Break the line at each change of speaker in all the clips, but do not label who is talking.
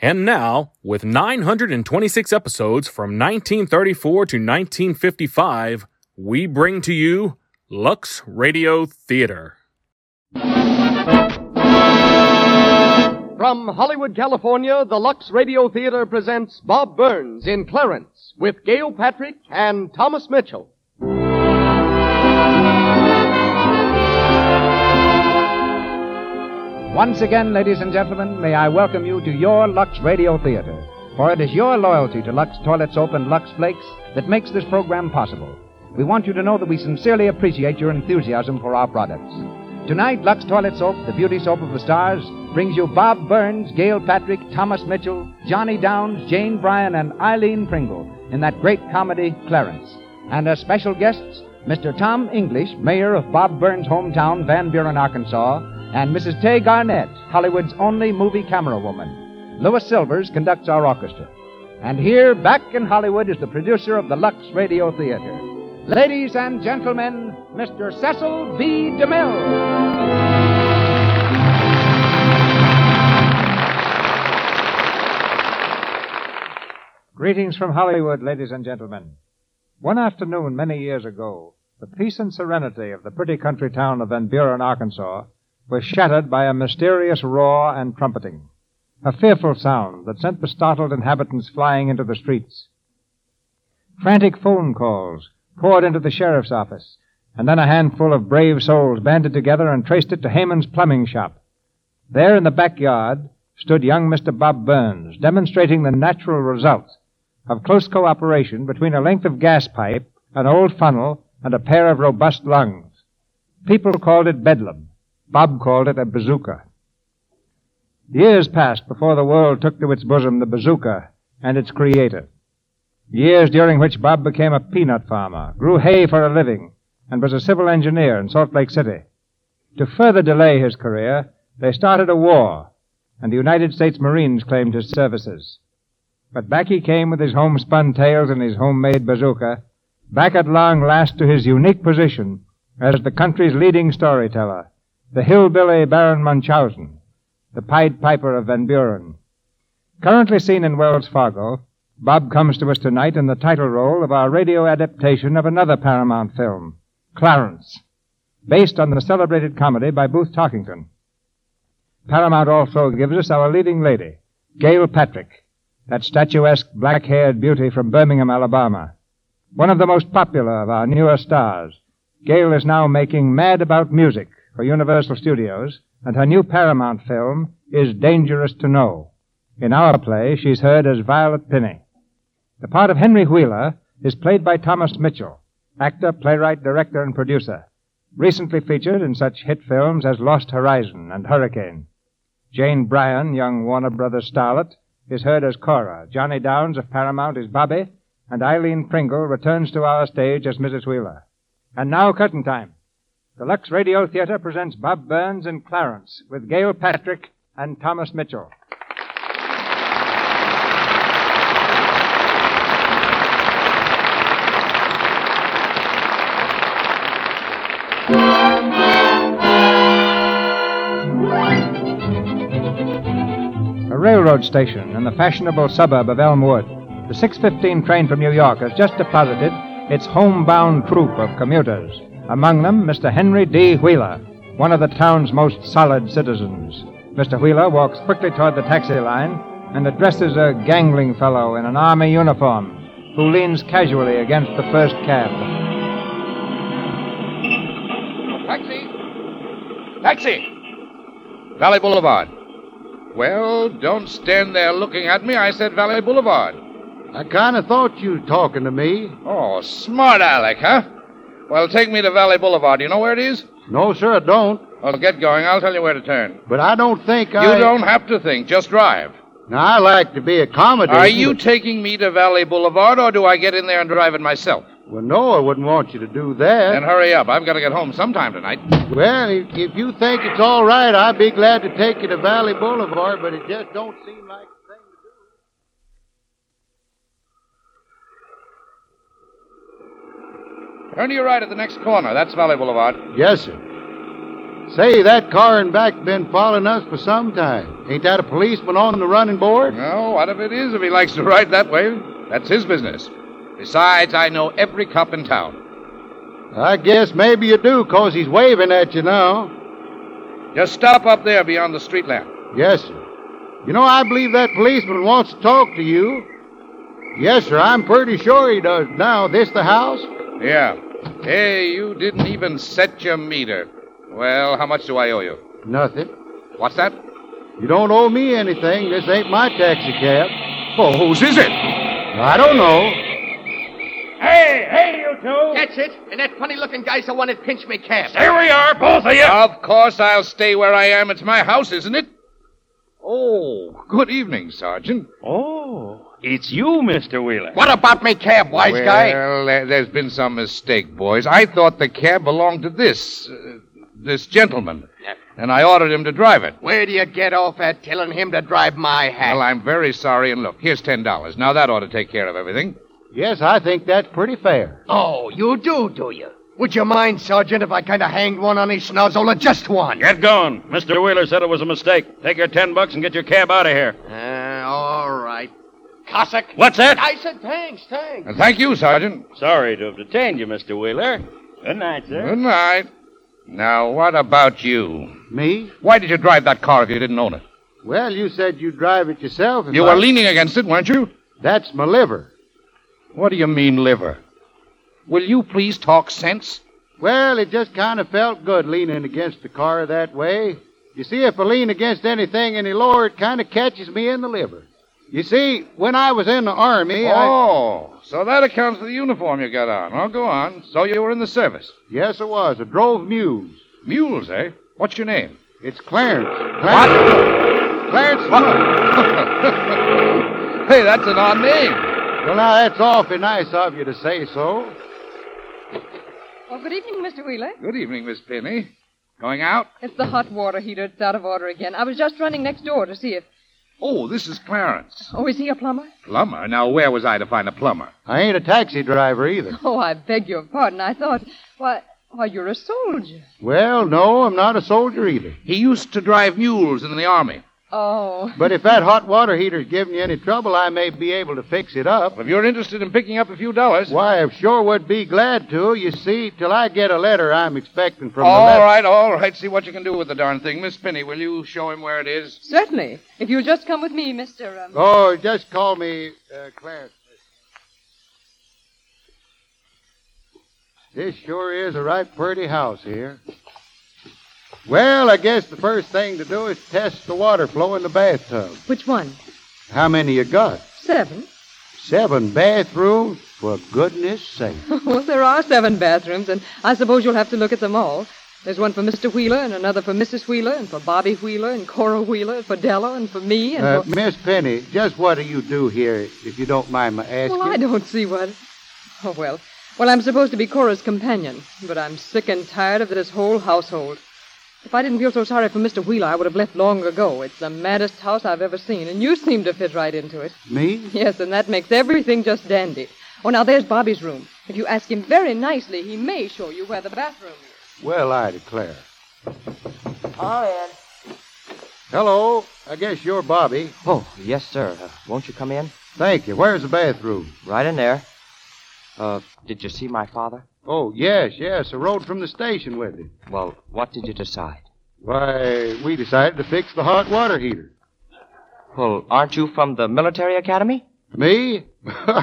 And now, with 926 episodes from 1934 to 1955, we bring to you Lux Radio Theater.
From Hollywood, California, the Lux Radio Theater presents Bob Burns in Clarence with Gail Patrick and Thomas Mitchell.
Once again, ladies and gentlemen, may I welcome you to your Lux Radio Theater. For it is your loyalty to Lux Toilet Soap and Lux Flakes that makes this program possible. We want you to know that we sincerely appreciate your enthusiasm for our products. Tonight, Lux Toilet Soap, the beauty soap of the stars, brings you Bob Burns, Gail Patrick, Thomas Mitchell, Johnny Downs, Jane Bryan, and Eileen Pringle in that great comedy, Clarence. And as special guests, Mr. Tom English, mayor of Bob Burns' hometown, Van Buren, Arkansas, and Mrs. Tay Garnett, Hollywood's only movie camera woman. Louis Silvers conducts our orchestra. And here, back in Hollywood, is the producer of the Lux Radio Theater. Ladies and gentlemen, Mr. Cecil B. DeMille. Greetings from Hollywood, ladies and gentlemen. One afternoon many years ago, the peace and serenity of the pretty country town of Van Buren, Arkansas, was shattered by a mysterious roar and trumpeting, a fearful sound that sent the startled inhabitants flying into the streets. Frantic phone calls poured into the sheriff's office, and then a handful of brave souls banded together and traced it to Heyman's plumbing shop. There in the backyard stood young Mr. Bob Burns, demonstrating the natural result of close cooperation between a length of gas pipe, an old funnel, and a pair of robust lungs. People called it bedlam. Bob called it a bazooka. Years passed before the world took to its bosom the bazooka and its creator. Years during which Bob became a peanut farmer, grew hay for a living, and was a civil engineer in Salt Lake City. To further delay his career, they started a war, and the United States Marines claimed his services. But back he came with his homespun tales and his homemade bazooka, back at long last to his unique position as the country's leading storyteller, the hillbilly Baron Munchausen, the Pied Piper of Van Buren. Currently seen in Wells Fargo, Bob comes to us tonight in the title role of our radio adaptation of another Paramount film, Clarence, based on the celebrated comedy by Booth Tarkington. Paramount also gives us our leading lady, Gail Patrick, that statuesque black haired beauty from Birmingham, Alabama. One of the most popular of our newer stars, Gail is now making Mad About Music for Universal Studios, and her new Paramount film is Dangerous to Know. In our play, she's heard as Violet Pinney. The part of Henry Wheeler is played by Thomas Mitchell, actor, playwright, director, and producer, recently featured in such hit films as Lost Horizon and Hurricane. Jane Bryan, young Warner Brothers starlet, is heard as Cora. Johnny Downs of Paramount is Bobby, and Eileen Pringle returns to our stage as Mrs. Wheeler. And now curtain time. The Lux Radio Theater presents Bob Burns and Clarence with Gail Patrick and Thomas Mitchell. A railroad station in the fashionable suburb of Elmwood. The 6:15 train from New York has just deposited its homebound troop of commuters. Among them, Mr. Henry D. Wheeler, one of the town's most solid citizens. Mr. Wheeler walks quickly toward the taxi line and addresses a gangling fellow in an army uniform who leans casually against the first cab.
Taxi! Taxi! Valley Boulevard. Well, don't stand there looking at me. I said Valley Boulevard.
I kind of thought you talking to me.
Oh, smart Alec, huh? Well, take me to Valley Boulevard. You know where it is?
No, sir, I don't.
Well, get going. I'll tell you where to turn.
But I don't think
You
I.
don't have to think. Just drive.
Now, I like to be accommodated.
Are you
but-
taking me to Valley Boulevard, or do I get in there and drive it myself?
well, no, I wouldn't want you to do
Then
that.
hurry up. I've got to get home sometime tonight.
Well, if, if you think it's all right, I'd be glad to take you to Valley Boulevard, but it just don't seem like the thing to do.
Turn to your right at the next corner. That's Valley Boulevard.
Yes, sir. Say, that car in back's been following us for some time. Ain't that a policeman on the running board?
No, what if it is if he likes to ride that way? That's his business. Besides, I know every cop in town.
I guess maybe you do, 'cause he's waving at you now.
Just stop up there beyond the street lamp.
Yes, sir. You know, I believe that policeman wants to talk to you. Yes, sir, I'm pretty sure he does. Now, this the house?
Yeah. Hey, you didn't even set your meter. Well, how much do I owe you?
Nothing.
What's that?
You don't owe me anything. This ain't my taxi cab.
Oh, whose is it?
I don't know.
That's it. And that funny looking guy's the one that pinched me cab.
Of course I'll stay where I am. It's my house, isn't it? Oh, good evening, Sergeant.
Oh, it's you, Mr. Wheeler.
What about me cab, wise
well,
guy?
uh, there's been some mistake, boys. I thought the cab belonged to this, uh, this gentleman, and I ordered him to drive it.
Where do you get off at telling him to drive my hat?
Well, I'm very sorry, and look, here's ten dollars. Now that ought to take care of everything.
Yes, I think that's pretty fair.
Oh, you do, do you? Would you mind, Sergeant, if I kind of hanged one on his schnozola? Just one.
Get going. Mr. Wheeler said it was a mistake. Take your ten bucks and get your cab out of here.
Uh, all right. Cossack.
What's that?
I said thanks, thanks.
And Uh, thank you, Sergeant.
Sorry to have detained you, Mr. Wheeler. Good night, sir.
Good night. Now, what about you?
Me?
Why did you drive that car if you didn't own it?
Well, you said you'd drive it yourself. if
You
I-
were leaning against it, weren't you?
That's my liver.
What do you mean, liver? Will you please talk sense?
Well, it just kind of felt good leaning against the car that way. You see, if I lean against anything any lower, it kind of catches me in the liver. You see, when I was in the army, I...
Oh, so that accounts for the uniform you got on. Well, go on. So you were in the service.
yes, I was. I drove mules.
Mules, eh? What's your name?
It's Clarence. Clarence. What? Clarence. Smith.
Hey, that's an odd name.
Well, now that's awfully nice of you to say so.
Well, good evening, Mr. Wheeler.
Good evening, Miss Penny. Going out?
It's the hot water heater. It's out of order again. I was just running next door to see if.
Oh, this is Clarence.
Oh, is he a plumber?
Plumber? Now, where was I to find a plumber?
I ain't a taxi driver either.
Oh, I beg your pardon. I thought. Why, why you're a soldier.
Well, no, I'm not a soldier either.
He used to drive mules in the army.
Oh.
But if that hot water heater's giving you any trouble, I may be able to fix it up.
If you're interested in picking up a few dollars.
Why, I sure would be glad to. You see, till I get a letter I'm expecting from the
All
left-
right, all right. See what you can do with the darn thing. Miss Penny, will you show him where it is?
Certainly. If you'll just come with me, Mr. Um...
Oh, just call me uh, Clarence. This sure is a right pretty house here. Well, I guess the first thing to do is test the water flow in the bathtub.
Which one?
How many you got?
Seven.
Seven bathrooms? For goodness sake.
well, there are seven bathrooms, and I suppose you'll have to look at them all. There's one for Mr. Wheeler, and another for Mrs. Wheeler, and for Bobby Wheeler, and Cora Wheeler, and for Della, and for me, and
Uh,
for.
Miss Penny, just what do you do here, if you don't mind my asking?
Well, I don't see what. Oh, well. Well, I'm supposed to be Cora's companion, but I'm sick and tired of this whole household. If I didn't feel so sorry for Mr. Wheeler, I would have left long ago. It's the maddest house I've ever seen, and you seem to fit right into it.
Me?
Yes, and that makes everything just dandy. Oh, now there's Bobby's room. If you ask him very nicely, he may show you where the bathroom is.
Well, I declare.
All right.
Hello. I guess you're Bobby.
Oh, yes, sir. Uh, won't you come in?
Thank you. Where's the bathroom?
Right in there. Uh, did you see my father?
Oh, yes, yes. I rode from the station with him.
Well, what did you decide?
Why, we decided to fix the hot water heater.
Well, aren't you from the military academy?
Me?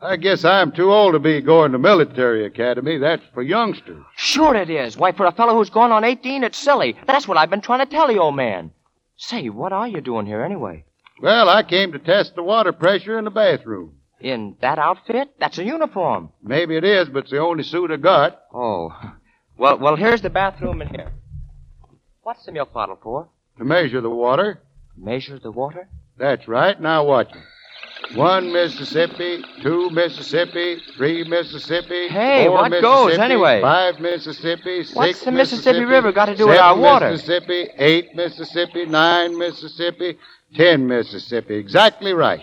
I guess I'm too old to be going to military academy. That's for youngsters.
Sure it is. Why, for a fellow who's going on 18, it's silly. That's what I've been trying to tell you, old man. Say, what are you doing here anyway?
Well, I came to test the water pressure in the bathroom.
In that outfit? That's a uniform.
Maybe it is, but it's the only suit I got.
Oh. Well, well, here's the bathroom in here. What's the milk bottle for?
To measure the water.
Measure the water?
That's right. Now watch it. One Mississippi, two Mississippi, three Mississippi.
Hey,
four
what
Mississippi,
goes anyway?
Five Mississippi, six
What's the Mississippi River got to do
seven
with our water?
Mississippi, eight Mississippi, nine Mississippi, ten Mississippi. Exactly right.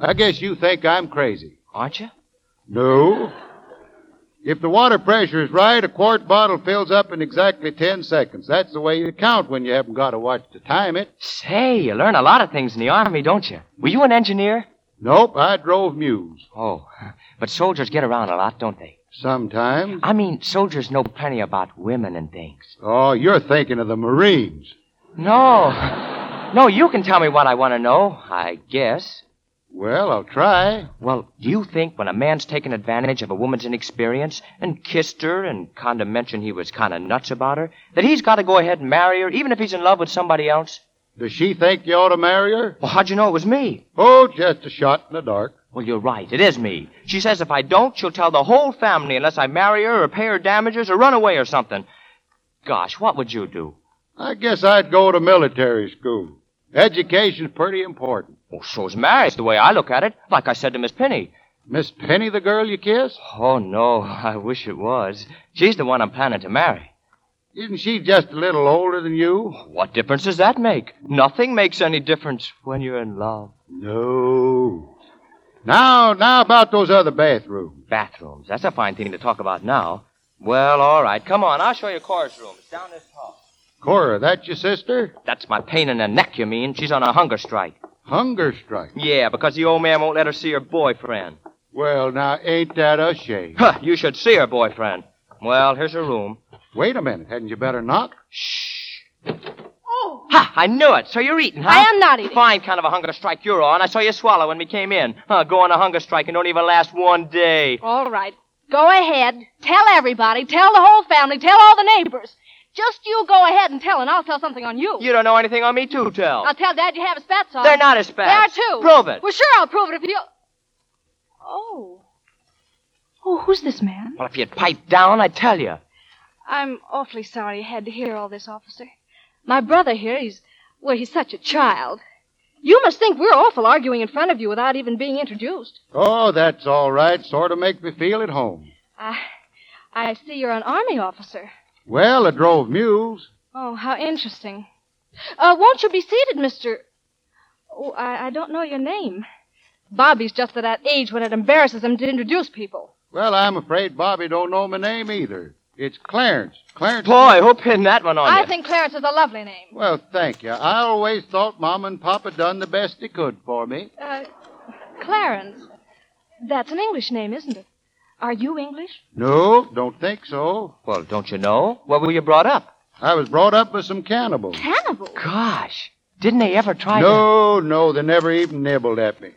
I guess you think I'm crazy.
Aren't you?
No. If the water pressure is right, a quart bottle fills up in exactly ten seconds. That's the way you count when you haven't got a watch to time it.
Say, you learn a lot of things in the Army, don't you? Were you an engineer?
Nope, I drove mules.
Oh, but soldiers get around a lot, don't they?
Sometimes.
I mean, soldiers know plenty about women and things.
Oh, you're thinking of the Marines.
No. No, you can tell me what I want to know, I guess.
Well, I'll try.
Well, do you think when a man's taken advantage of a woman's inexperience and kissed her and kind of mentioned he was kind of nuts about her, that he's got to go ahead and marry her, even if he's in love with somebody else?
Does she think you ought to marry her?
Well, how'd you know it was me?
Oh, just a shot in the dark.
Well, you're right. It is me. She says if I don't, she'll tell the whole family unless I marry her or pay her damages or run away or something. Gosh, what would you do?
I guess I'd go to military school. Education's pretty important.
Well, Oh, so's marriage, the way I look at it. Like I said to Miss Penny.
Miss Penny, the girl you kissed?
Oh, no, I wish it was. She's the one I'm planning to marry.
Isn't she just a little older than you?
What difference does that make? Nothing makes any difference when you're in love.
No. Now, now about those other bathrooms.
Bathrooms. That's a fine thing to talk about now. Well, all right. Come on. I'll show you Cora's room. It's down this hall.
Cora, that your sister?
That's my pain in the neck, you mean. She's on a hunger strike.
Hunger strike.
Yeah, because the old man won't let her see her boyfriend.
Well, now, ain't that a shame?
Huh, you should see her boyfriend. Well, here's her room.
Wait a minute. Hadn't you better knock?
Shh.
Oh,
Ha, I knew it. So you're eating, huh?
I am not eating.
Fine kind of a hunger strike you're on. I saw you swallow when we came in. Huh, go on a hunger strike and don't even last one day.
All right. Go ahead. Tell everybody. Tell the whole family. Tell all the neighbors. Just you go ahead and tell, and I'll tell something on you.
You don't know anything on me, too, tell.
I'll tell Dad you have his spats on.
They're not as fast.
They are, too.
Prove it.
Well, sure, I'll prove it if you. Oh. Oh, who's this man?
Well, if you'd pipe down, I'd tell you.
I'm awfully sorry you had to hear all this, officer. My brother here, he's. Well, he's such a child. You must think we're awful arguing in front of you without even being introduced.
Oh, that's all right. Sort of make me feel at home.
I. I see you're an army officer.
Well, I drove mules.
Oh, how interesting. Uh, won't you be seated, Mr. Oh, I, I don't know your name. Bobby's just at that age when it embarrasses him to introduce people.
Well, I'm afraid Bobby don't know my name either. It's Clarence. Clarence.
Boy, who pinned that
Oh,
one on
I
you?
think Clarence is a lovely name.
Well, thank you. I always thought Mom and Papa done the best they could for me.
Uh, Clarence. That's an English name, isn't it? Are you English?
No, don't think so.
Well, don't you know? Where were you brought up?
I was brought up by some cannibals.
Cannibal.
Gosh, didn't they ever try to...
No, no, they never even nibbled at me.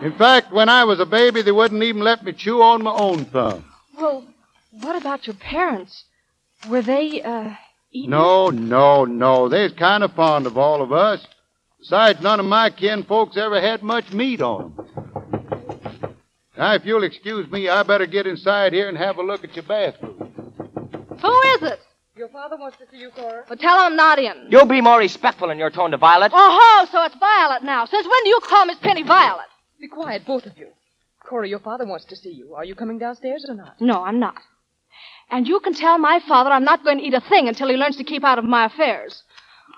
In fact, when I was a baby, they wouldn't even let me chew on my own thumb.
Well, what about your parents? Were they, uh, eaten?
No, no, no. They's kind of fond of all of us. Besides, none of my kin folks ever had much meat on 'em. Now, if you'll excuse me, I better get inside here and have a look at your bathroom.
Who is it?
Your father wants to see you, Cora.
Well, tell him I'm not in.
You'll be more respectful in your tone to Violet.
Oh, ho, so it's Violet now. Since when do you call Miss Penny Violet?
Be quiet, both of you. Cora, your father wants to see you. Are you coming downstairs or not?
No, I'm not. And you can tell my father I'm not going to eat a thing until he learns to keep out of my affairs.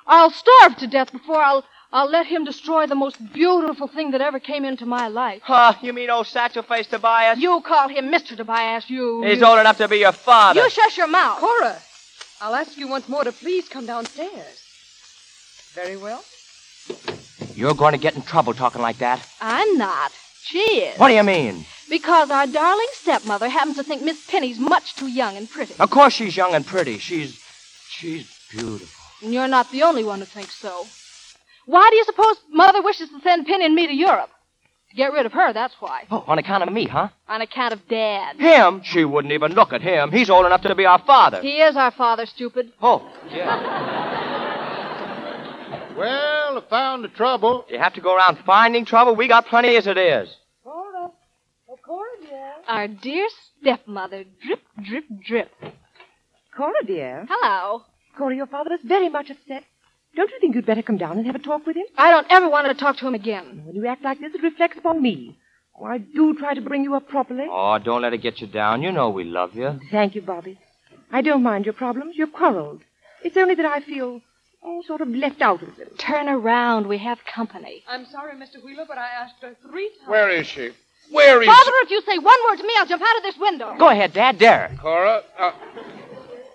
I'll starve to death before I'll, I'll let him destroy the most beautiful thing that ever came into my life.
Huh, you mean old satchel face Tobias?
You call him Mr. Tobias, you.
He's
you,
old enough to be your father.
you shush your mouth.
Cora, I'll ask you once more to please come downstairs. Very well.
You're going to get in trouble talking like that.
I'm not. She is.
What do you mean?
Because our darling stepmother happens to think Miss Penny's much too young and pretty.
Of course she's young and pretty. She's she's beautiful.
And you're not the only one who thinks so. Why do you suppose Mother wishes to send Penny and me to Europe? To get rid of her, that's why.
Oh, on account of me, huh?
On account of Dad.
Him? She wouldn't even look at him. He's old enough to be our father.
He is our father, stupid.
Oh, yeah.
Well, I found the trouble.
You have to go around finding trouble. We got plenty as it is.
Cora. Oh, Cora, dear.
Our dear stepmother. Drip, drip, drip.
Cora, dear.
Hello.
Cora, your father is very much upset.
Don't you think you'd better come down and have a talk with him?
I don't ever want to talk to him again.
When you act like this, it reflects upon me. Oh, I do try to bring you up properly.
Oh, don't let it get you down. You know we love you.
Thank you, Bobby. I don't mind your problems, your quarrels. It's only that I feel oh, sort of left out of them.
Turn around. We have company.
I'm sorry, Mr. Wheeler, but I asked her three times.
Where is she? Where is
Father, if you say one word to me, I'll jump out of this window.
Go ahead, Dad. Dare.
Cora, uh,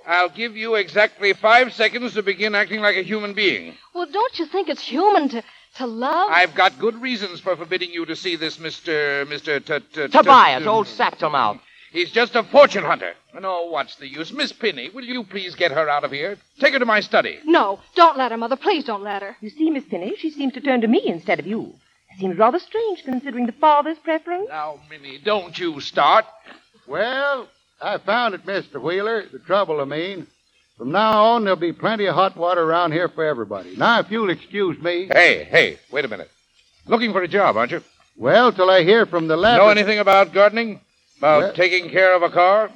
I'll give you exactly five seconds to begin acting like a human being.
Well, don't you think it's human to, to love?
I've got good reasons for forbidding you to see this Mr. Mr. T- t- t-
Tobias,
t-
old Satchelmouth.
He's just a fortune hunter. No, what's the use? Miss Penny, will you please get her out of here? Take her to my study.
No, don't let her, Mother. Please don't let her.
You see, Miss Finney, she seems to turn to me instead of you. Seems rather strange considering the father's preference.
Now, Minnie, don't you start.
Well, I found it, Mr. Wheeler. The trouble, I mean. From now on, there'll be plenty of hot water around here for everybody. Now, if you'll excuse me.
Hey, hey, wait a minute. Looking for a job, aren't you?
Well, till I hear from the lab.
Know anything about gardening? About
Well-
taking care of a car?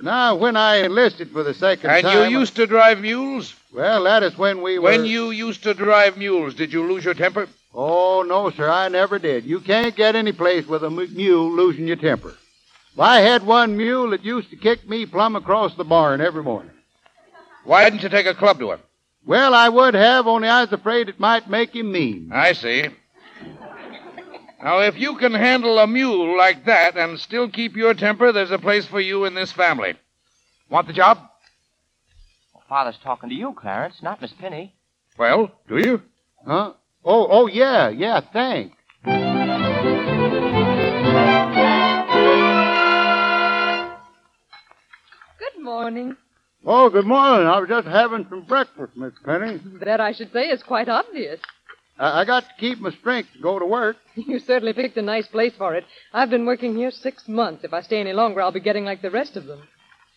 Now, when I enlisted for the second
And
time.
you used to drive mules?
Well, that is when we were.
When you used to drive mules, did you lose your temper?
Oh, no, sir, I never did. You can't get any place with a m- mule losing your temper. Well, I had one mule that used to kick me plumb across the barn every morning.
Why didn't you take a club to him?
Well, I would have, only I was afraid it might make him mean.
I see. Now, if you can handle a mule like that and still keep your temper, there's a place for you in this family. Want the job?
Father's talking to you, Clarence, not Miss Penny.
Well, do you?
Huh? Oh, oh, yeah, yeah, thanks.
Good morning.
Oh, good morning. I was just having some breakfast, Miss Penny.
That, I should say, is quite obvious.
I, I got to keep my strength to go to work.
You certainly picked a nice place for it. I've been working here six months. If I stay any longer, I'll be getting like the rest of them.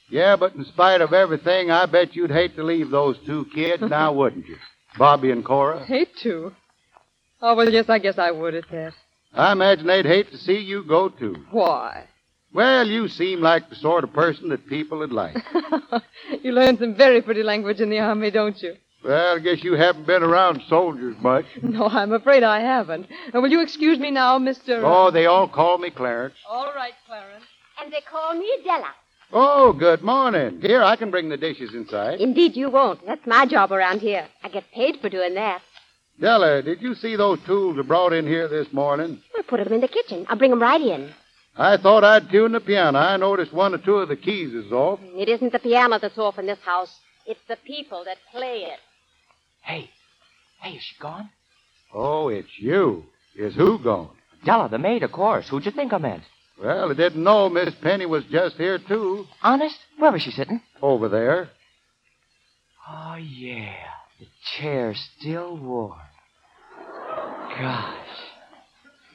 Yeah, but in spite of everything, I bet you'd hate to leave those two kids now, wouldn't you? Bobby and Cora.
Hate to. Oh, well, yes, I guess I would at that.
I imagine they'd hate to see you go, too.
Why?
Well, you seem like the sort of person that people would like.
You learn some very pretty language in the army, don't you?
well, I guess you haven't been around soldiers much.
No, I'm afraid I haven't. Uh, will you excuse me now, Mr.
Oh, they all call me Clarence.
All right, Clarence.
And they call me Adela.
Oh, good morning. Here, I can bring the dishes inside.
Indeed, you won't. That's my job around here. I get paid for doing that.
Della, did you see those tools I brought in here this morning?
I put 'em in the kitchen. I'll bring 'em right in.
I thought I'd tune the piano. I noticed one or two of the keys is off.
It isn't the piano that's off in this house. It's the people that play it.
Hey, hey, is she gone?
Oh, it's you. Is who gone?
Della, the maid, of course. Who'd you think I meant?
Well, I didn't know Miss Penny was just here, too.
Honest? Where was she sitting?
Over there.
Oh, yeah. The chair's still warm. Gosh.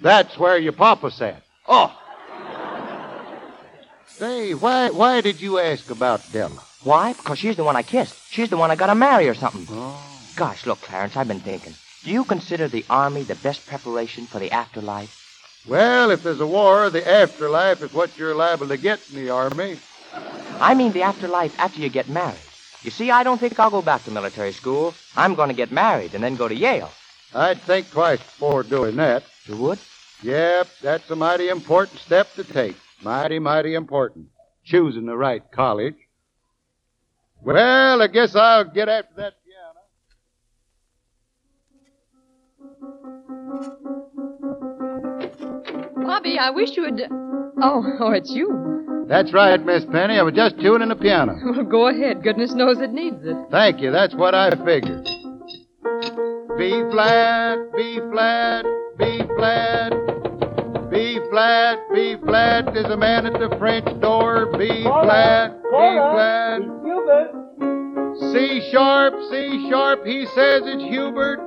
That's where your papa sat.
Oh,
Say, why why did you ask about Della?
why? Because she's the one I kissed. She's the one I gotta marry or something.
Oh.
Gosh, look, Clarence, I've been thinking. Do you consider the Army the best preparation for the afterlife?
Well, if there's a war, the afterlife is what you're liable to get in the army.
I mean the afterlife after you get married. You see, I don't think I'll go back to military school. I'm gonna get married and then go to Yale.
I'd think twice before doing that.
You would?
Yep, that's a mighty important step to take. Mighty, mighty important. Choosing the right college. Well, I guess I'll get after that.
Bobby, I wish you would. Oh, oh, it's you.
That's right, Miss Penny. I was just tuning the piano.
Well, go ahead. Goodness knows it needs it.
Thank you. That's what I figured. B flat, B flat, B flat. B flat, B flat. There's a man at the French door. B flat, B flat. C sharp, C sharp. He says it's Hubert.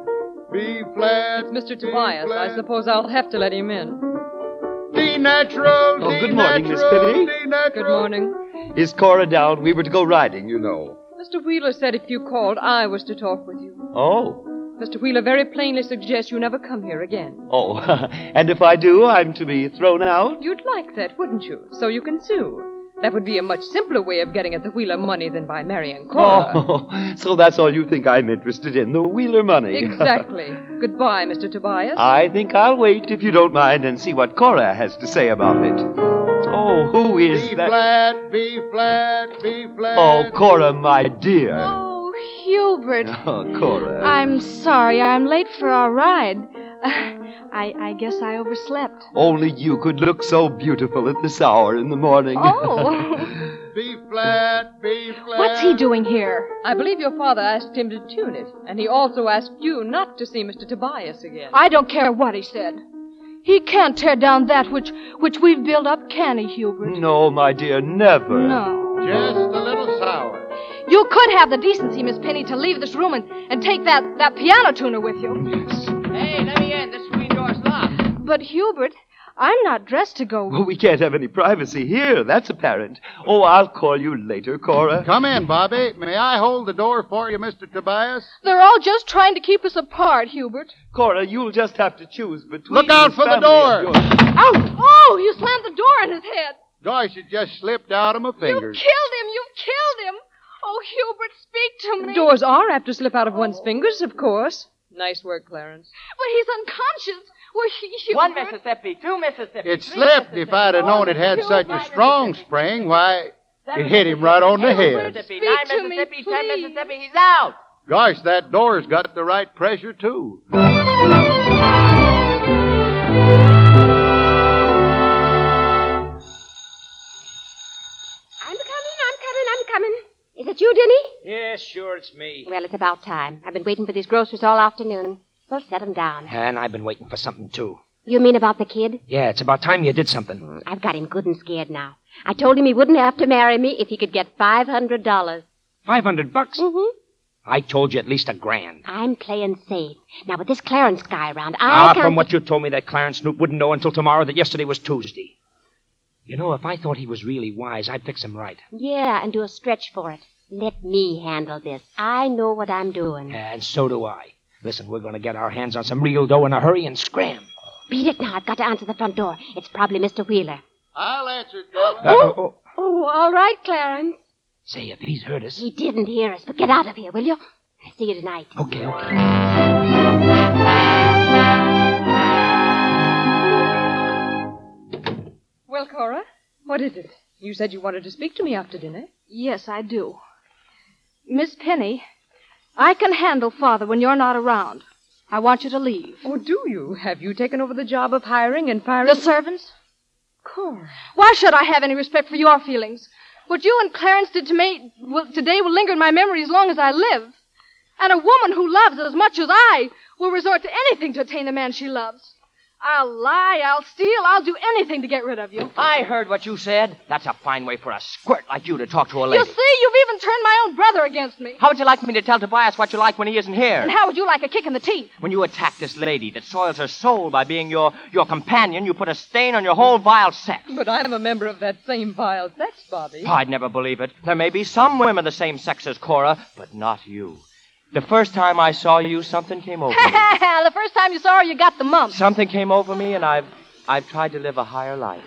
B flat.
Mr. Tobias, I suppose I'll have to let him in.
D natural.
Oh,
D
good morning, Miss
natural,
Pivoty.
D natural.
Good morning.
Is Cora down? We were to go riding, you know.
Mr. Wheeler said if you called, I was to talk with you.
Oh,
Mr. Wheeler very plainly suggests you never come here again.
oh. and if I do, I'm to be thrown out?
You'd like that, wouldn't you? So you can sue. That would be a much simpler way of getting at the Wheeler money than by marrying Cora.
Oh, so that's all you think I'm interested in the Wheeler money.
Exactly. Goodbye, Mr. Tobias.
I think I'll wait, if you don't mind, and see what Cora has to say about it. Oh, who is
B
that?
flat, B flat, B flat.
Oh, Cora, my dear.
Oh, Hubert.
Oh, Cora.
I'm sorry I'm late for our ride. I, I guess I overslept.
Only you could look so beautiful at this hour in the morning.
Oh.
B flat, B flat.
What's he doing here?
I believe your father asked him to tune it, and he also asked you not to see Mr. Tobias again.
I don't care Uh, what he said. He can't tear down that which which we've built up, can he, Hubert?
no, my dear, never.
No.
Just a little sour.
You could have the decency, Miss Penny, to leave this room and, and take that, that piano tuner with you.
Hey, let me in. The screen door's locked.
But, Hubert, I'm not dressed to go.
Well, we can't have any privacy here. That's apparent. Oh, I'll call you later, Cora.
Come in, Bobby. May I hold the door for you, Mr. Tobias?
They're all just trying to keep us apart, Hubert.
Cora, you'll just have to choose between.
Look out
this
for the
family of
door.
yours.
Ow! Oh, you slammed the door on his head.
Gosh, it just slipped out of my
Killed
fingers.
him. You've killed him. Oh, Hubert, speak to me.
Doors are apt to slip out of one's fingers, of course. Nice work, Clarence.
But he's unconscious. Well, he, Hubert.
One Mississippi, two Mississippi.
It slipped. If I'd have known it had such a strong spring, why, it hit him right on the head.
Mississippi, nine
Speak to me,
Mississippi, ten Mississippi. He's out.
Gosh, that door's got the right pressure, too.
I'm coming, I'm coming, I'm coming. Is it you, Denny?
Yes, sure, it's me.
Well, it's about time. I've been waiting for these groceries all afternoon. Well, set 'em down.
And I've been waiting for something, too.
You mean about the kid?
Yeah, it's about time you did something.
I've got him good and scared now. I told him he wouldn't have to marry me if he could get $500.
500 bucks?
Mm-hmm.
I told you at least a grand.
I'm playing safe. Now, with this Clarence guy around, I
Ah,
can't...
from what you told me, that Clarence Snoop wouldn't know until tomorrow that yesterday was Tuesday. You know, if I thought he was really wise, I'd fix him right.
Yeah, and do a stretch for it. Let me handle this. I know what I'm doing.
And so do I. Listen, we're going to get our hands on some real dough in a hurry and scram.
Beat it now. I've got to answer the front door. It's probably Mr. Wheeler.
I'll answer it, Dora.
Uh, oh,
Oh, all right, Clarence.
Say, if he's heard us.
He didn't hear us, but get out of here, will you? See you tonight.
Okay, okay.
Well, Cora, what is it? You said you wanted to speak to me after dinner.
Yes, I do. Miss Penny, I can handle Father when you're not around. I want you to leave.
Oh, do you? Have you taken over the job of hiring and firing?
The servants?
Cora.
Why should I have any respect for your feelings? What you and Clarence did to me will, today will linger in my memory as long as I live. And a woman who loves as much as I will resort to anything to attain the man she loves. I'll lie, I'll steal, I'll do anything to get rid of you.
I heard what you said. That's a fine way for a squirt like you to talk to a
You
lady.
see, you've even turned my own brother against me.
How would you like me to tell Tobias what you like when he isn't here?
And how would you like a kick in the teeth?
When you attack this lady that soils her soul by being your, your companion, you put a stain on your whole vile sex.
But I'm a member of that same vile sex, Bobby.
Oh, I'd never believe it. There may be some women the same sex as Cora, but not you. The first time I saw you, something
Oh,
came over me.
the first time you saw her, you got the mumps.
Something came over me, and I've, I've tried to live a higher life.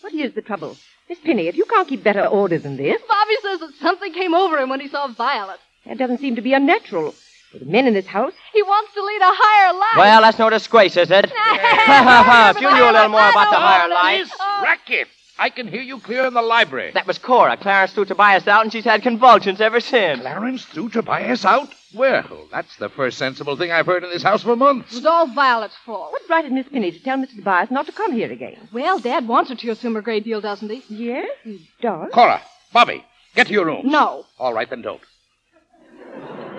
What is the trouble? Miss Penny, if you can't keep better order than this,
Bobby says that something came over him when he saw Violet.
that doesn't seem to be unnatural. With men in this house,
He wants to lead a higher life.
Well, that's no disgrace, is it? Ah, if you knew a little more about the higher life.
Miss Rackett, I can hear you clear in the library.
That was Cora. Clarence threw Tobias out, and she's had convulsions ever since.
Clarence threw Tobias out? Well, that's the first sensible thing I've heard in this house for months.
It was all Violet's fault.
what right did Miss Penny to tell Mr. Tobias not to come here again?
Well, Dad wants her to assume a great deal, doesn't he?
Yes, he does.
Cora, Bobby, get to your room.
No.
All right, then don't.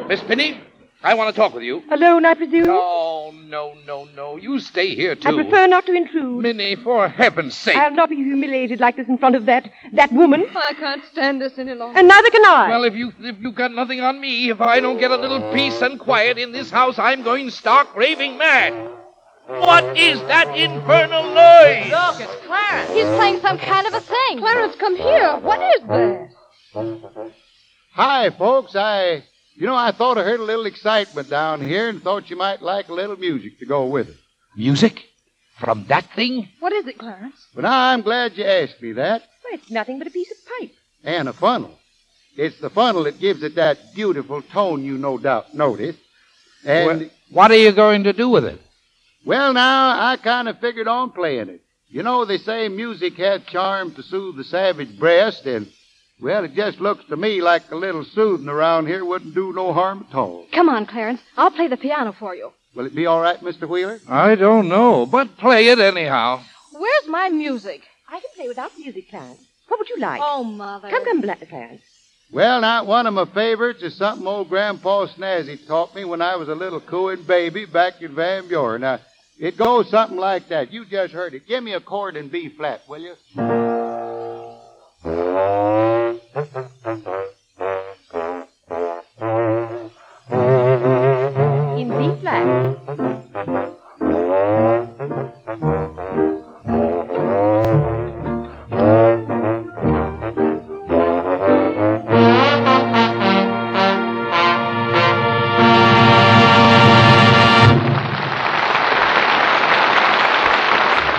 Miss Penny, I want to talk with you.
Alone, I presume?
No, no, no, no. You stay here, too.
I prefer not to intrude.
Minnie, for heaven's sake.
I'll not be humiliated like this in front of that that woman.
I can't stand this any longer.
And neither can I.
Well, if you if you got nothing on me, if I don't get a little peace and quiet in this house, I'm going stark raving mad. What is that infernal noise?
Look, it's Clarence.
He's playing some kind of a thing. Clarence, come here. What is that?
Hi, folks. I, you know, I thought I heard a little excitement down here and thought you might like a little music to go with it.
Music? From that thing?
What is it, Clarence?
But now I'm glad you asked me that.
it's nothing but a piece of pipe.
and a funnel. It's the funnel that gives it that beautiful tone you no doubt noticed. And
What are you going to do with it?
Well, now, I kind of figured on playing it. You know, they say music has charm to soothe the savage breast, and, well, it just looks to me like a little soothing around here wouldn't do no harm at all.
Come on, Clarence. I'll play the piano for you.
Will it be all right, Mr. Wheeler?
I don't know, but play it anyhow.
Where's my music?
I can play without music, Clarence. What would you like?
Oh, Mother.
Come, come, Bla- Clarence.
Well, not one of my favorites is something old Grandpa Snazzy taught me when I was a little cooing baby back in Van Buren. Now, it goes something like that. You just heard it. Give me a chord in B flat, will you?
In B flat.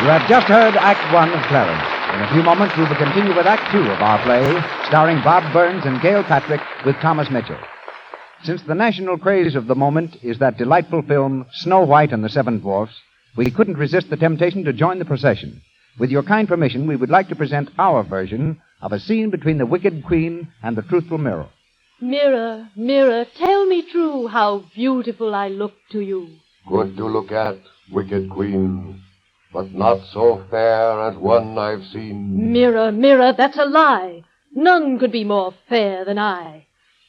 You have just heard Act One of Clarence. In a few moments, we will continue with Act Two of our play, starring Bob Burns and Gail Patrick with Thomas Mitchell. Since the national craze of the moment is that delightful film, Snow White and the Seven Dwarfs, we couldn't resist the temptation to join the procession. With your kind permission, we would like to present our version of a scene between the wicked queen and the truthful mirror.
Mirror, mirror, tell me true how beautiful I look to you.
Good to look at, wicked queen, but not so fair as one I've seen.
Mirror, mirror, that's a lie. None could be more fair than I.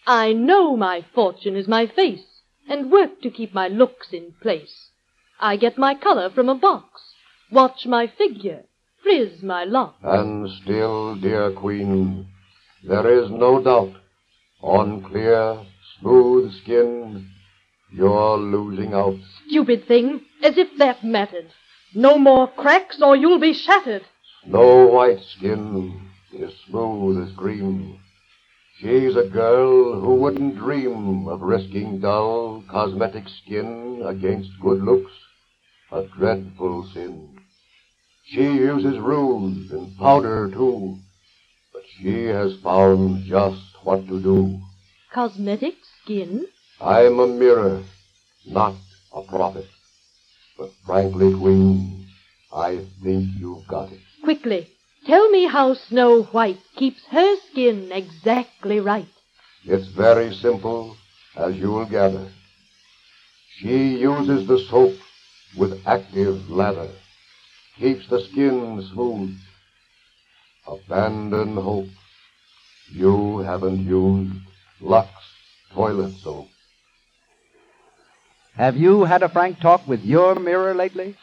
I know my fortune is my face, and work to keep my looks in place. I get my color from a box, watch my figure, frizz my locks.
And still, dear queen, there is no doubt, on clear, smooth skin, you're losing out.
Stupid thing, as if that mattered. No more cracks or you'll be shattered.
Snow White skin is smooth as cream. She's a girl who wouldn't dream of risking dull cosmetic skin against good looks, a dreadful sin. She uses rouge and powder too, but she has found just what to do.
Cosmetic skin?
I'm a mirror, not a prophet. But frankly, Queen, I think you've got it.
Quickly, tell me how Snow White keeps her skin exactly right.
It's very simple, as you'll gather. She uses the soap with active lather, keeps the skin smooth. Abandon hope. You haven't used Lux toilet soap.
Have you had a frank talk with your mirror lately?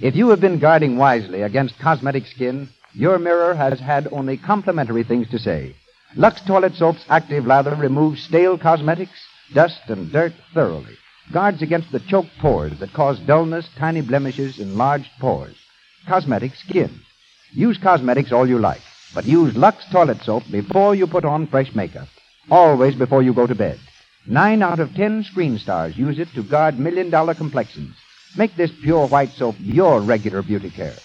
If you have been guarding wisely against cosmetic skin, your mirror has had only complimentary things to say. Lux Toilet Soap's active lather removes stale cosmetics, dust, and dirt thoroughly. Guards against the choked pores that cause dullness, tiny blemishes, enlarged pores. Cosmetic skin. Use cosmetics all you like, but use Lux Toilet Soap before you put on fresh makeup. Always before you go to bed. Nine out of ten screen stars use it to guard million dollar complexions. Make this pure white soap your regular beauty care.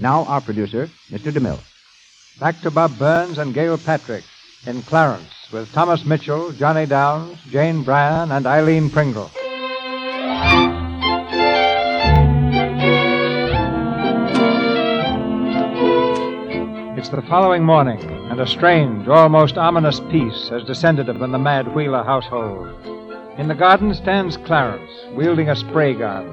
Now, our producer, Mr. DeMille.
Back to Bob Burns and Gail Patrick in Clarence with Thomas Mitchell, Johnny Downs, Jane Bryan, and Eileen Pringle. It's the following morning, and a strange, almost ominous peace has descended upon the mad Wheeler household. In the garden stands Clarence, wielding a spray gun.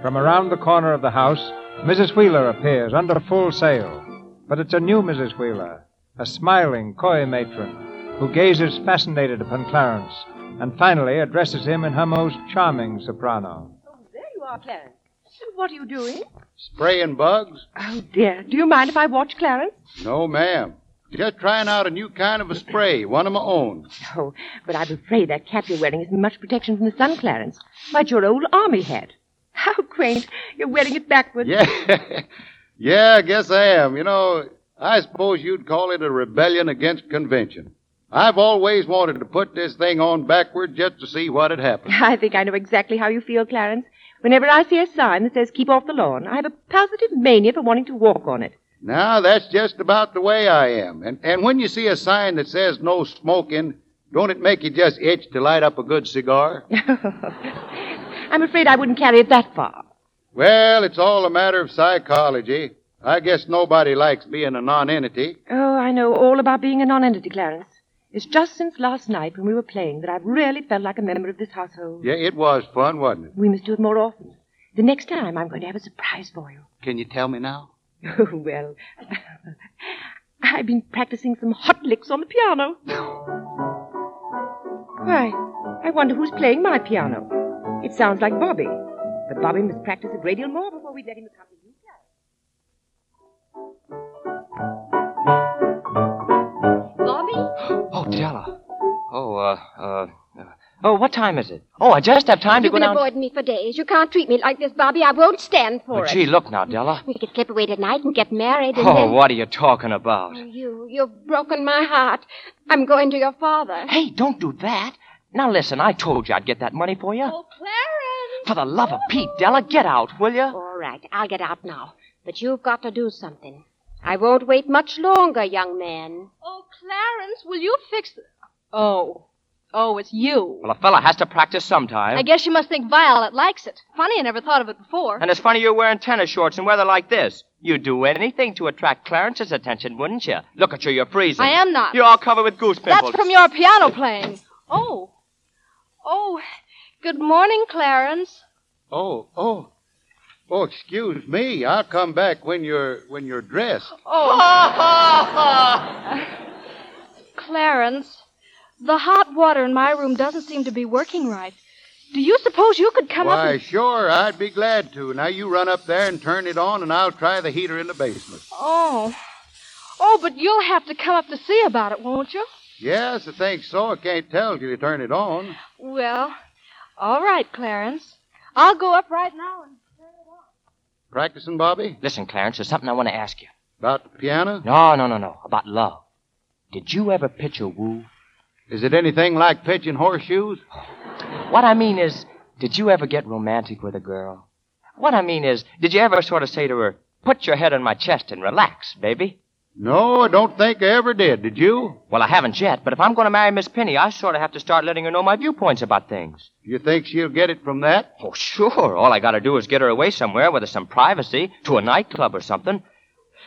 From around the corner of the house, Mrs. Wheeler appears under full sail. But it's a new Mrs. Wheeler, a smiling, coy matron, who gazes fascinated upon Clarence, and finally addresses him in her most charming soprano.
Oh, There you are, Clarence. So what are you doing?
Spraying bugs?
Oh, dear. Do you mind if I watch Clarence?
No, ma'am. Just trying out a new kind of a spray, one of my own.
Oh, but I'm afraid that cap you're wearing isn't much protection from the sun, Clarence. Like your old army hat. How quaint. You're wearing it backwards.
Yeah. Yeah, I guess I am. You know, I suppose you'd call it a rebellion against convention. I've always wanted to put this thing on backward just to see what'd happen.
I think I know exactly how you feel, Clarence. Whenever I see a sign that says keep off the lawn, I have a positive mania for wanting to walk on it.
Now, that's just about the way I am. And, and when you see a sign that says no smoking, don't it make you just itch to light up a good cigar?
I'm afraid I wouldn't carry it that far.
well, it's all a matter of psychology. I guess nobody likes being a nonentity.
Oh, I know all about being a nonentity, Clarence. It's just since last night when we were playing that I've really felt like a member of this household.
Yeah, it was fun, wasn't it?
We must do it more often. The next time I'm going to have a surprise for you.
Can you tell me now?
Oh, well, I've been practicing some hot licks on the piano. Why, I wonder who's playing my piano. It sounds like Bobby. But Bobby must practice a great deal more before we let him come.
Oh, Della. Oh, uh, uh, uh, oh, what time is it? Oh, I just have time to
You've
go
been
down.
avoiding me for days. You can't treat me like this, Bobby. I won't stand for
Oh,
it.
gee, look now, Della.
We could slip away tonight and get married, and
Oh,
then
what are you talking about?
you, you've broken my heart. I'm going to your father.
Hey, don't do that. Now listen, I told you I'd get that money for you. Oh, Clarence! For the love of Pete, Della, get out, will you?
All right, I'll get out now. But you've got to do something. I won't wait much longer, young man.
Oh, Clarence, will you fix. th-
Oh.
Oh, it's you.
Well, a fella has to practice sometime.
I guess you must think Violet likes it. Funny, I never thought of it before.
And it's funny you're wearing tennis shorts in weather like this. You'd do anything to attract Clarence's attention, wouldn't you? Look at you, you're freezing.
I am not.
You're all covered with goose pimples.
That's from your piano playing. Oh. Oh. Good morning, Clarence.
Oh, oh. Oh, excuse me. I'll come back when you're when you're dressed.
Oh. Clarence, the hot water in my room doesn't seem to be working right. Do you suppose you could come up
Why,
and...
sure, I'd be glad to. Now you run up there and turn it on, and I'll try the heater in the basement.
Oh. Oh, but you'll have to come up to see about it, won't you?
Yes, I think so. I can't tell till you turn it on.
Well, all right, Clarence. I'll go up right now and...
Practicing, Bobby?
Listen, Clarence, there's something I want to ask you.
About the piano?
No, no, no, no. About love. Did you ever picture woo?
Is it anything like pitching horseshoes?
What I mean is, did you ever get romantic with a girl? What I mean is, did you ever sort of say to her, put your head on my chest and relax, baby?
No, I don't think I ever did. Did you?
Well, I haven't yet, but if I'm going to marry Miss Penny, I sort of have to start letting her know my viewpoints about things.
You think she'll get it from that?
Oh, sure. All I got to do is get her away somewhere, whether some privacy, to a nightclub or something.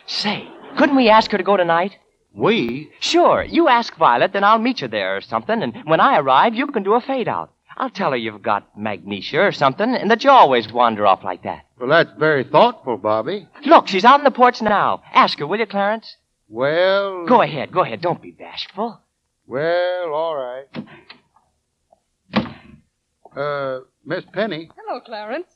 Say, couldn't we ask her to go tonight?
We?
Sure. You ask Violet, then I'll meet you there or something, and when I arrive, you can do a fade out. I'll tell her you've got magnesia or something, and that you always wander off like that.
Well, that's very thoughtful, Bobby.
Look, she's out on the porch now. Ask her, will you, Clarence?
Well.
Go ahead, go ahead. Don't be bashful.
Well, all right. Uh, Miss Penny.
Hello, Clarence.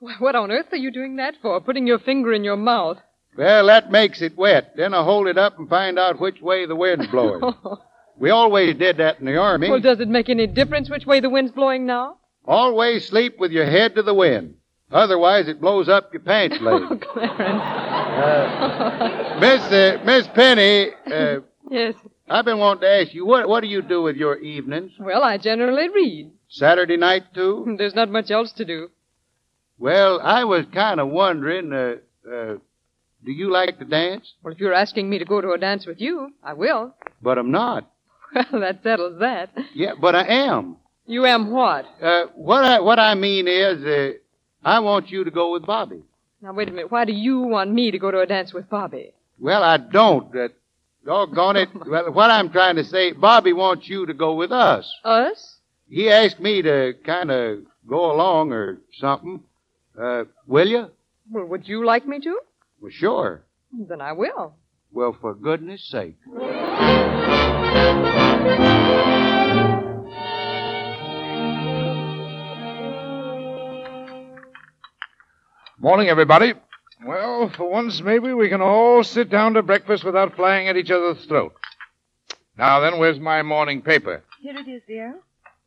Wh- What on earth are you doing that for? Putting your finger in your mouth.
Well, that makes it wet. Then I hold it up and find out which way the wind's blowing. we always did that in the army.
Well, does it make any difference which way the wind's blowing now?
always sleep with your head to the wind. Otherwise, it blows up your pants
Oh,
leg. Uh, Miss uh, Miss Penny, uh,
Yes.
I've been wanting to ask you what what do you do with your evenings?
Well, I generally read.
Saturday night too?
There's not much else to do.
Well, I was kind of wondering. Uh, uh, do you like to dance?
Well, if you're asking me to go to a dance with you, I will.
But I'm not.
Well, that settles that.
Yeah, but I am.
You am what?
Uh, what I what I mean is, uh, I want you to go with Bobby.
Now, wait a minute. Why do you want me to go to a dance with Bobby?
Well, I don't. Uh, doggone it. well, what I'm trying to say, Bobby wants you to go with us.
Us?
He asked me to kind of go along or something. Uh, will you?
Well, would you like me to?
Well, sure.
Then I will.
Well, for goodness sake.
Morning, everybody. Well, for once, maybe we can all sit down to breakfast without flying at each other's throat. Now then, where's my morning paper?
Here it is, dear.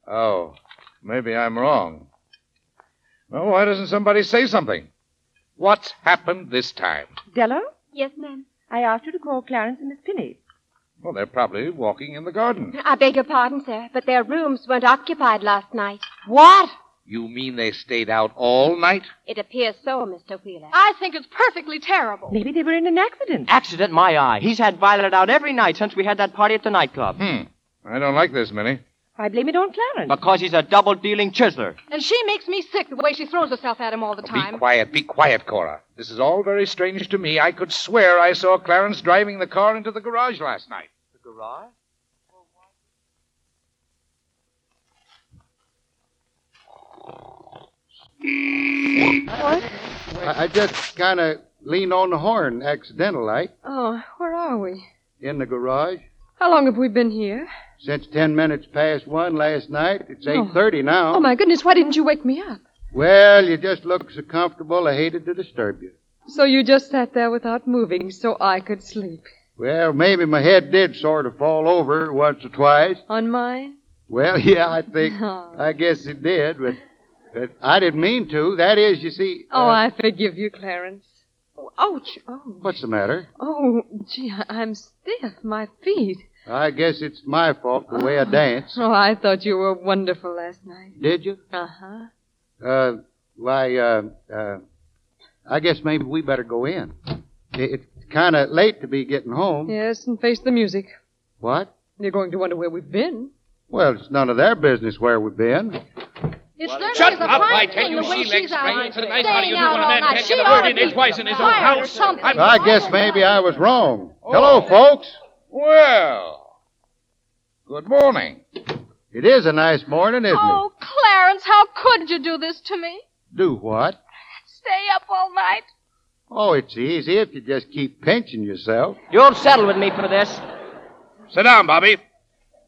Oh, maybe I'm wrong. Well, why doesn't somebody say something? What's happened this time?
Della?
Yes, ma'am.
I asked you to call Clarence and Miss Penny.
Well, they're probably walking in the garden.
I beg your pardon, sir, but their rooms weren't occupied last night.
What?
You mean they stayed out all night?
It appears so, Mr. Wheeler. I think it's perfectly terrible.
Maybe they were in an accident.
Accident, my eye. He's had Violet out every night since we had that party at the nightclub.
Hmm. I don't like this, Minnie.
I blame it on Clarence.
Because he's a double dealing chiseler.
And she makes me sick the way she throws herself at him all the time.
Quiet, be quiet, Cora. This is all very strange to me. I could swear I saw Clarence driving the car into the garage last night.
The garage?
I, I just kind of leaned on the horn accidental like
Oh, where are we?
in the garage.
How long have we been here?
Since ten minutes past one last night, it's eight thirty now.
Oh, my goodness, why didn't you wake me up?
Well, you just look so comfortable. I hated to disturb you.
So you just sat there without moving so I could sleep.
Well, maybe my head did sort of fall over once or twice.
On mine?
Well, yeah, I think
Oh.
I guess it did, but but I didn't mean to. That is, you see.
Oh,
uh,
I forgive you, Clarence. Oh, ouch. Oh,
What's the matter?
oh, gee, I- I'm stiff. My feet.
I guess it's my fault the way I danced.
Oh, I thought you were wonderful last night.
Did you?
Uh huh.
Uh, why, uh, uh, I guess maybe we better go in. It, it's kind of late to be getting home.
Yes, and face the music.
What?
You're going to wonder where we've been.
Well, it's none of their business where we've been.
It's
Shut up, I tell you, she legs straight. It's a nice how do you do when a man can't get a word in edgewise in his own house. I'm-
I guess maybe I was wrong. Hello, folks.
Oh. Well, good morning.
It is a nice morning, isn't
Oh, Clarence, how could you do this to me?
it? Do what?
Stay up all night?
Oh, it's easy if you just keep pinching yourself.
You'll settle with me for this.
Sit down, Bobby.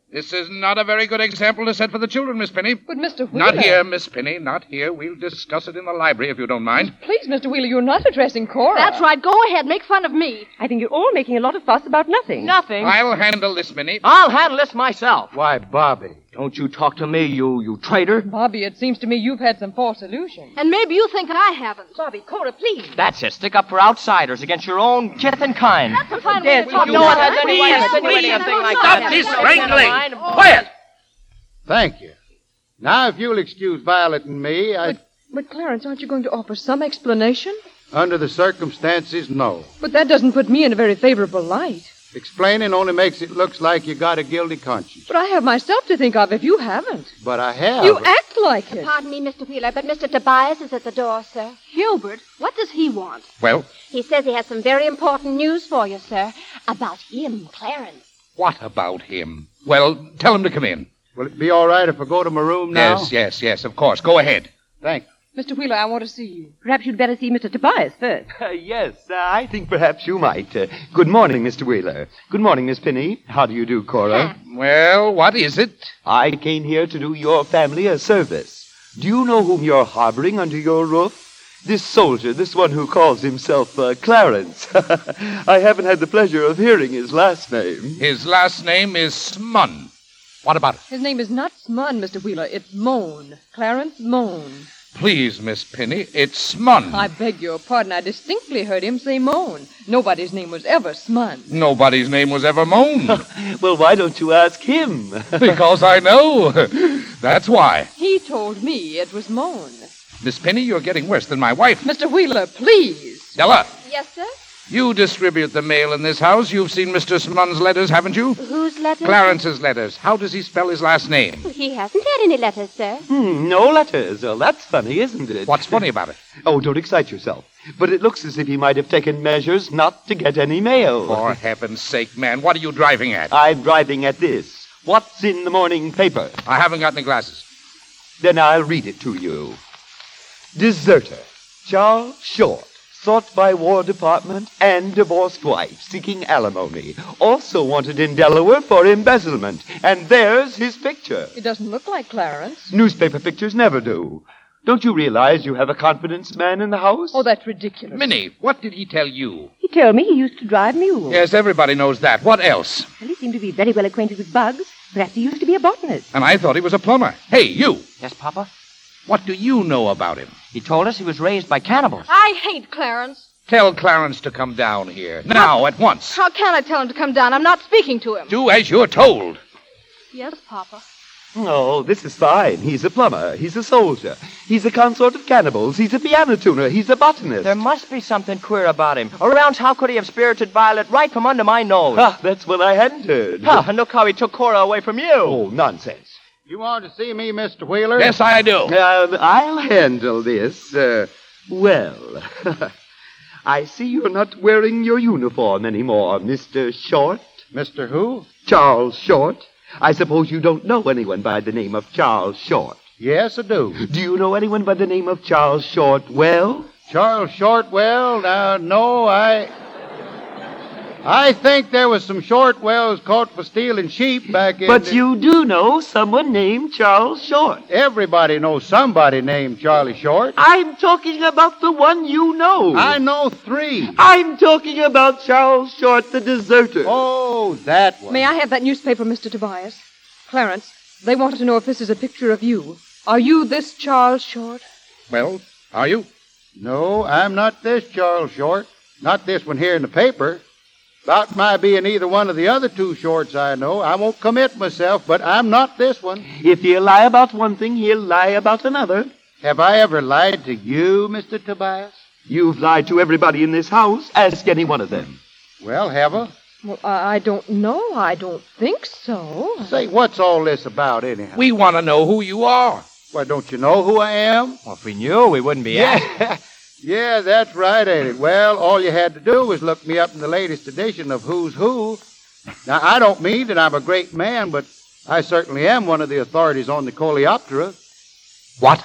This is not a very good example to set for the children, Miss Penny.
But, Mr. Wheeler.
Not here, Miss Penny. Not here. We'll discuss it in the library if you don't mind.
Please, Mr. Wheeler, you're not addressing Cora.
That's right. Go ahead. Make fun of me.
I think you're all making a lot of fuss about nothing.
Nothing.
I'll handle this, Minnie.
I'll handle this myself.
Why, Bobby.
Don't you talk to me, you you traitor.
Bobby, it seems to me you've had some false illusions.
And maybe you think I haven't.
Bobby, Cora, please.
That's it. Stick up for outsiders against your own kith and kind.
That's a fine
way to
There's
talk
No one
about
has
it.
any
Please,
right to do
please,
anything like
stop
that.
this
wrangling.
Oh,
Quiet! Thank you. Now, if you'll excuse Violet and me, I,
But, Clarence, aren't you going to offer some explanation?
under the circumstances, no.
But that doesn't put me in a very favorable light.
Explaining only makes it look like you got a guilty conscience.
But I have myself to think of if you haven't.
But I have.
You act like it.
Pardon me, Mr. Wheeler, but Mr. Tobias is at the door, sir. Gilbert, what does he want?
Well,
He says he has some very important news for you, sir, about him, Clarence.
what about him? Well, tell him to come in.
Will it be all right if I go to my room now?
Yes, yes, yes, of course. Go ahead.
Thanks.
Mr. Wheeler, I want to see you.
Perhaps you'd better see Mr. Tobias first.
yes, uh, I think perhaps you might. Uh, good morning, Mr. Wheeler. Good morning, Miss Penny. How do you do, Cora?
Well, what is it?
I came here to do your family a service. Do you know whom you're harboring under your roof? This soldier, this one who calls himself uh, Clarence. I haven't had the pleasure of hearing his last name.
His last name is Smun. What about it?
His name is not Smun, Mr. Wheeler. It's Moan. Clarence Moan.
Please, Miss Penny, it's Smun.
I beg your pardon. I distinctly heard him say Moan. Nobody's name was ever Smun.
Nobody's name was ever moaned.
well, why don't you ask him?
because I know. That's why.
He told me it was Moan.
Miss Penny, you're getting worse than my wife.
Mr. Wheeler, please.
Stella,
Yes, sir?
you distribute the mail in this house. You've seen Mr. Smun's letters, haven't you?
Whose letters?
Clarence's letters. How does he spell his last name?
He hasn't had any letters, sir.
Hmm, no letters. Well, that's funny, isn't it?
What's funny about it?
Oh, don't excite yourself. But it looks as if he might have taken measures not to get any mail.
For heaven's sake, man, what are you driving at?
I'm driving at this. What's in the morning paper?
I haven't got any glasses.
Then I'll read it to you. Deserter, Charles Short, sought by War Department and divorced wife seeking alimony. Also wanted in Delaware for embezzlement. And there's his picture.
It doesn't look like Clarence.
Newspaper pictures never do. Don't you realize you have a confidence man in the house?
Oh, that's ridiculous.
Minnie, what did he tell you?
He told me he used to drive mules.
Yes, everybody knows that. What else?
Well, he seemed to be very well acquainted with bugs. Perhaps he used to be a botanist.
And I thought he was a plumber. Hey, you!
Yes, Papa?
What do you know about him?
He told us he was raised by cannibals.
I hate Clarence.
Tell Clarence to come down here. Now, at once.
How can I tell him to come down? I'm not speaking to him.
Do as you're told.
Yes, Papa.
Oh, this is fine. He's a plumber. He's a soldier. He's a consort of cannibals. He's a piano tuner. He's a botanist.
There must be something queer about him. Or else how could he have spirited Violet right from under my nose?
Ha, that's what I hadn't heard.
Ha, and look how he took Cora away from you.
Oh, nonsense.
You want to see me, Mr. Wheeler?
Yes, I do.
Uh, I'll handle this. Uh, well, I see you're not wearing your uniform anymore, Mr. Short.
Mr. Who?
Charles Short. I suppose you don't know anyone by the name of Charles Short.
Yes, I do.
Do you know anyone by the name of Charles Short well?
Charles Shortwell? Now, no, I. I think there was some Shortwells caught for stealing sheep back in.
But
the-
you do know someone named Charles Short.
Everybody knows somebody named Charlie Short.
I'm talking about the one you know.
I know three.
I'm talking about Charles Short, the deserter.
Oh, that one.
May I have that newspaper, Mr. Tobias? Clarence, they wanted to know if this is a picture of you. Are you this Charles Short?
Well, are you?
No, I'm not this Charles Short. Not this one here in the paper. About my being either one of the other two shorts I know, I won't commit myself, but I'm not this one.
If he'll lie about one thing, he'll lie about another.
Have I ever lied to you, Mr. Tobias?
You've lied to everybody in this house. Ask any one of them.
Well, have I?
Well, I, I don't know. I don't think so.
Say, what's all this about, anyhow?
We want to know who you are.
Why, don't you know who I am?
Well, if we knew, we wouldn't be asking.
Yeah, that's right, ain't it? Well, all you had to do was look me up in the latest edition of Who's Who. Now, I don't mean that I'm a great man, but I certainly am one of the authorities on the Coleoptera.
What?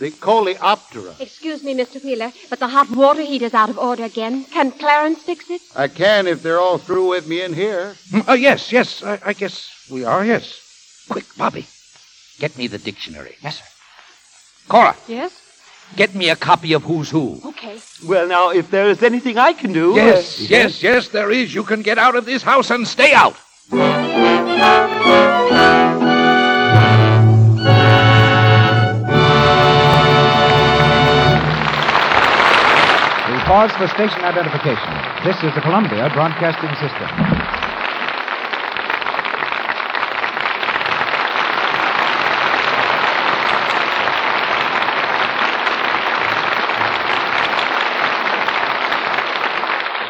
The Coleoptera.
Excuse me, Mr. Wheeler, but the hot water heater's out of order again. Can Clarence fix it?
I can if they're all through with me in here.
Mm, uh, yes, yes, I, I guess we are, yes. Quick, Bobby, get me the dictionary.
Yes, sir.
Cora,
Yes?
get me a copy of Who's Who.
Okay.
Well, now, if there is anything I can do. uh,
Yes, yes, yes, there is. You can get out of this house and stay out.
We pause for station identification. This is the Columbia Broadcasting System.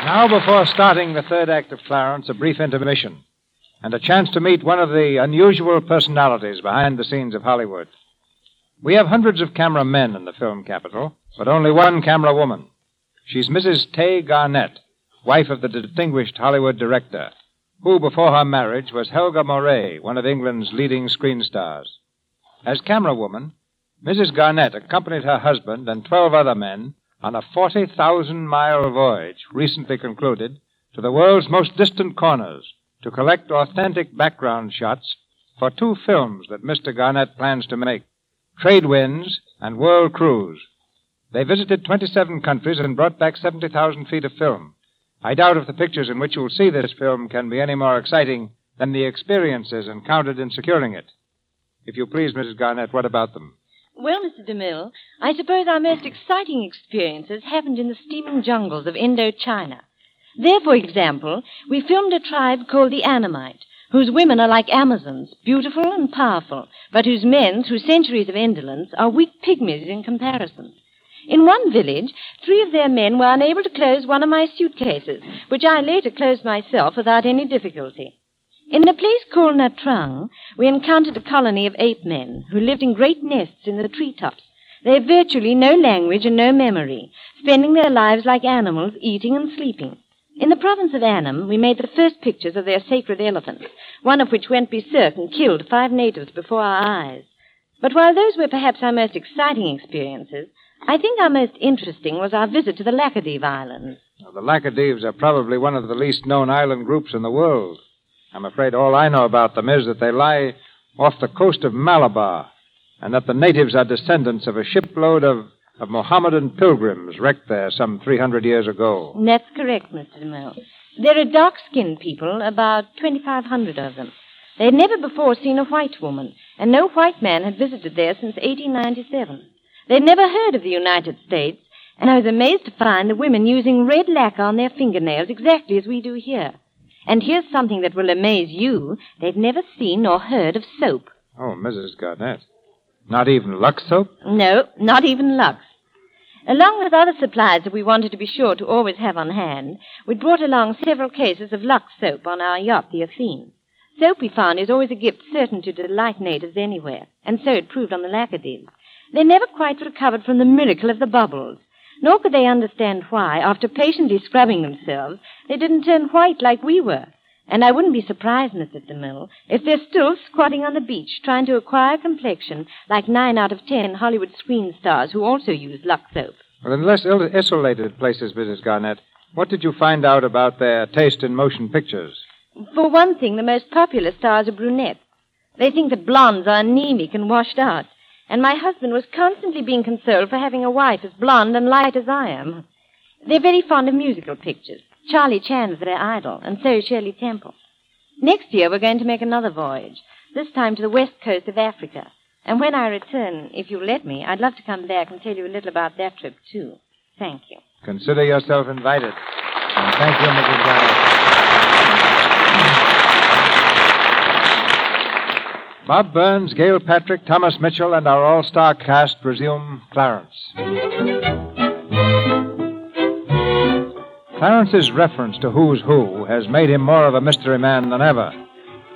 Now, before starting the third act of Clarence, a brief intermission and a chance to meet one of the unusual personalities behind the scenes of Hollywood. We have hundreds of camera men in the film capital, but only one camera woman. She's Mrs. Tay Garnett, wife of the distinguished Hollywood director, who before her marriage was Helga Moray, one of England's leading screen stars. As camera woman, Mrs. Garnett accompanied her husband and 12 other men on a 40,000 mile voyage recently concluded to the world's most distant corners to collect authentic background shots for two films that Mr. Garnett plans to make Trade Winds and World Cruise. They visited 27 countries and brought back 70,000 feet of film. I doubt if the pictures in which you'll see this film can be any more exciting than the experiences encountered in securing it. If you please, Mrs. Garnett, what about them?
Well, Mr. DeMille, I suppose our most exciting experiences happened in the steaming jungles of Indochina. There, for example, we filmed a tribe called the Annamite, whose women are like Amazons, beautiful and powerful, but whose men, through centuries of indolence, are weak pygmies in comparison. In one village, three of their men were unable to close one of my suitcases, which I later closed myself without any difficulty. In a place called Natrang, we encountered a colony of ape men who lived in great nests in the treetops. They have virtually no language and no memory, spending their lives like animals, eating and sleeping. In the province of Annam, we made the first pictures of their sacred elephants, one of which went berserk and killed five natives before our eyes. But while those were perhaps our most exciting experiences, I think our most interesting was our visit to the Laccadive Islands.
Now, the Laccadives are probably one of the least known island groups in the world. I'm afraid all I know about them is that they lie off the coast of Malabar and that the natives are descendants of a shipload of, of Mohammedan pilgrims wrecked there some 300 years ago.
And That's correct, Mr. DeMille. There are dark skinned people, about 2,500 of them. They had never before seen a white woman, and no white man had visited there since 1897. They had never heard of the United States, and I was amazed to find the women using red lacquer on their fingernails exactly as we do here. And here's something that will amaze you they've never seen or heard of soap.
Oh, Mrs. Garnett. Not even Lux soap?
No, not even Lux. Along with other supplies that we wanted to be sure to always have on hand, we brought along several cases of Lux soap on our yacht, the Athene. Soap, we found, is always a gift certain to delight natives anywhere, and so it proved on the Laccadives. They never quite recovered from the miracle of the bubbles, nor could they understand why, after patiently scrubbing themselves, they didn't turn white like we were. And I wouldn't be surprised, Mr. DeMille, if they're still squatting on the beach trying to acquire complexion like nine out of ten Hollywood screen stars who also use Lux soap.
Well, in less il- isolated places, Mrs. Garnett, what did you find out about their taste in motion pictures?
For one thing, the most popular stars are brunettes. They think that blondes are anemic and washed out. And my husband was constantly being consoled for having a wife as blonde and light as I am. They're very fond of musical pictures. Charlie Chan's their idol, and so is Shirley Temple. Next year, we're going to make another voyage, this time to the west coast of Africa. And when I return, if you'll let me, I'd love to come back and tell you a little about that trip, too. Thank you.
Consider yourself invited. And thank you, Mrs. Garnett. Bob Burns, Gail Patrick, Thomas Mitchell, and our all star cast resume Clarence. Clarence's reference to Who's Who has made him more of a mystery man than ever.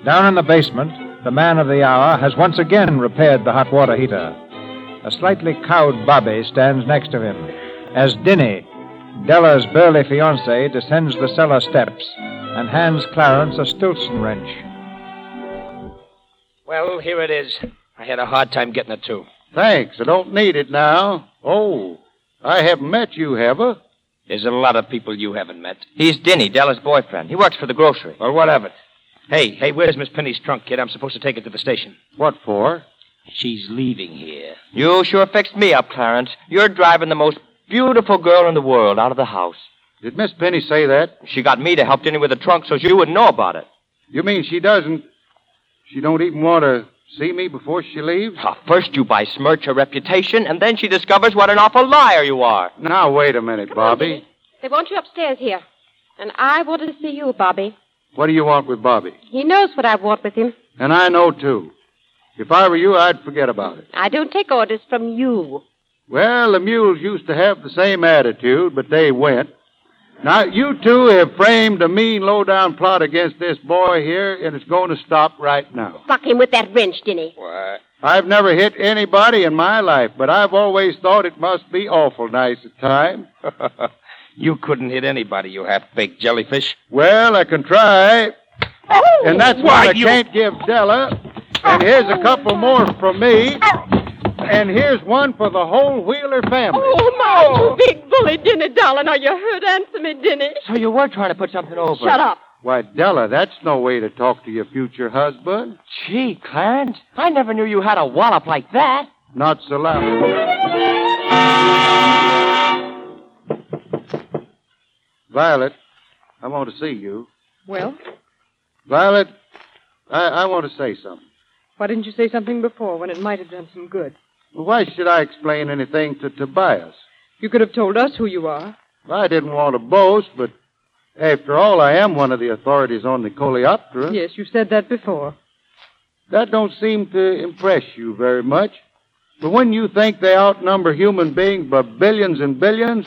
Down in the basement, the man of the hour has once again repaired the hot water heater. A slightly cowed Bobby stands next to him as Dinny, Della's burly fiance, descends the cellar steps and hands Clarence a Stilson wrench.
Well, here it is. I had a hard time getting it to.
Thanks. I don't need it now. Oh, I haven't met you, have I?
There's a lot of people you haven't met. He's Dinny, Della's boyfriend. He works for the grocery. Well, what of it? Hey, hey, where's Miss Penny's trunk, kid? I'm supposed to take it to the station.
What for?
She's leaving here.
You sure fixed me up, Clarence. You're driving the most beautiful girl in the world out of the house.
Did Miss Penny say that?
She got me to help Dinny with the trunk so she wouldn't know about it.
You mean she doesn't. She don't even want to see me before she leaves?
Ah, first you besmirch her reputation, and then she discovers what an awful liar you are.
Now, wait a minute, Bobby.
They want you upstairs here. And I wanted to see you, Bobby.
What do you want with Bobby?
He knows what I want with him.
And I know, too. If I were you, I'd forget about it.
I don't take orders from you.
Well, the mules used to have the same attitude, but they went. Now, you two have framed a mean, low-down plot against this boy here, and it's going to stop right now.
Fuck him with that wrench, Dinny.
What?
I've never hit anybody in my life, but I've always thought it must be awful nice at times.
You couldn't hit anybody, you half-baked jellyfish.
Well, I can try. and that's why I can't give Della. And here's a couple more from me. And here's one for the whole Wheeler family.
Oh, my, you big bully, Dinny, darling. Are you hurt? Answer me, Dinny.
So you were trying to put something over.
Shut up.
Why, Della, that's no way to talk to your future husband.
Gee, Clarence, I never knew you had a wallop like that.
Not so loud. Violet, I want to see you.
Well,
Violet, I, I want to say something.
why didn't you say something before when it might have done some good?
Why should I explain anything to Tobias?
You could have told us who you are.
I didn't want to boast, but after all, I am one of the authorities on the Coleoptera.
Yes, you said that before.
That don't seem to impress you very much. But when you think they outnumber human beings by billions and billions,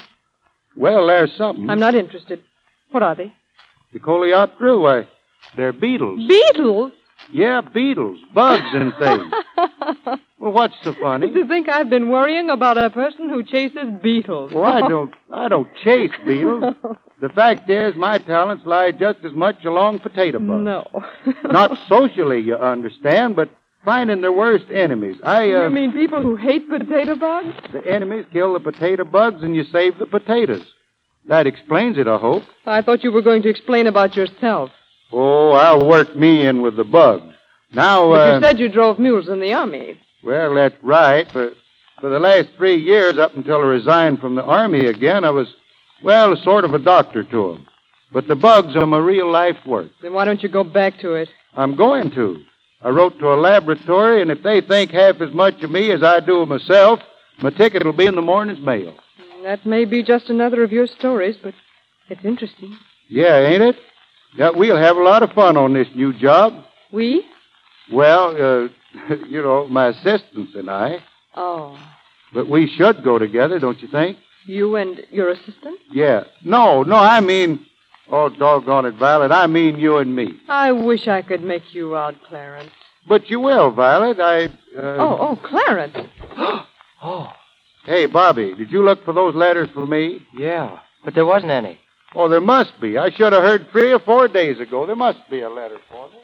well, there's something.
I'm not interested. What are they?
The Coleoptera, why, they're beetles.
Beetles?
Yeah, beetles, bugs and things. well, what's so funny?
You think I've been worrying about a person who chases beetles?
Well, I don't, I don't chase beetles. The fact is, my talents lie just as much along potato bugs.
No.
Not socially, you understand, but finding their worst enemies. I, uh,
You mean people who hate potato bugs?
the enemies kill the potato bugs and you save the potatoes. That explains it, I hope.
I thought you were going to explain about yourself.
Oh, I'll work me in with the bugs. Now,
but
uh,
you said you drove mules in the army.
well, that's right. For, for the last three years, up until I resigned from the Army again, I was, well, sort of a doctor to 'em. But the bugs are my real life work.
Then why don't you go back to it?
I'm going to. I wrote to a laboratory, and if they think half as much of me as I do of myself, my ticket will be in the morning's mail.
That may be just another of your stories, but it's interesting.
Yeah, ain't it? Yeah, we'll have a lot of fun on this new job.
We?
Well, uh, you know, my assistants and I.
Oh.
But we should go together, don't you think?
You and your assistant?
Yeah. No, no, I mean. Oh, doggone it, Violet. I mean you and me.
I wish I could make you out, Clarence.
But you will, Violet. I. Uh...
Oh, oh, Clarence.
oh. Hey, Bobby, did you look for those letters for me?
Yeah, but there wasn't any.
Oh, there must be. I should have heard three or four days ago. There must be a letter for me.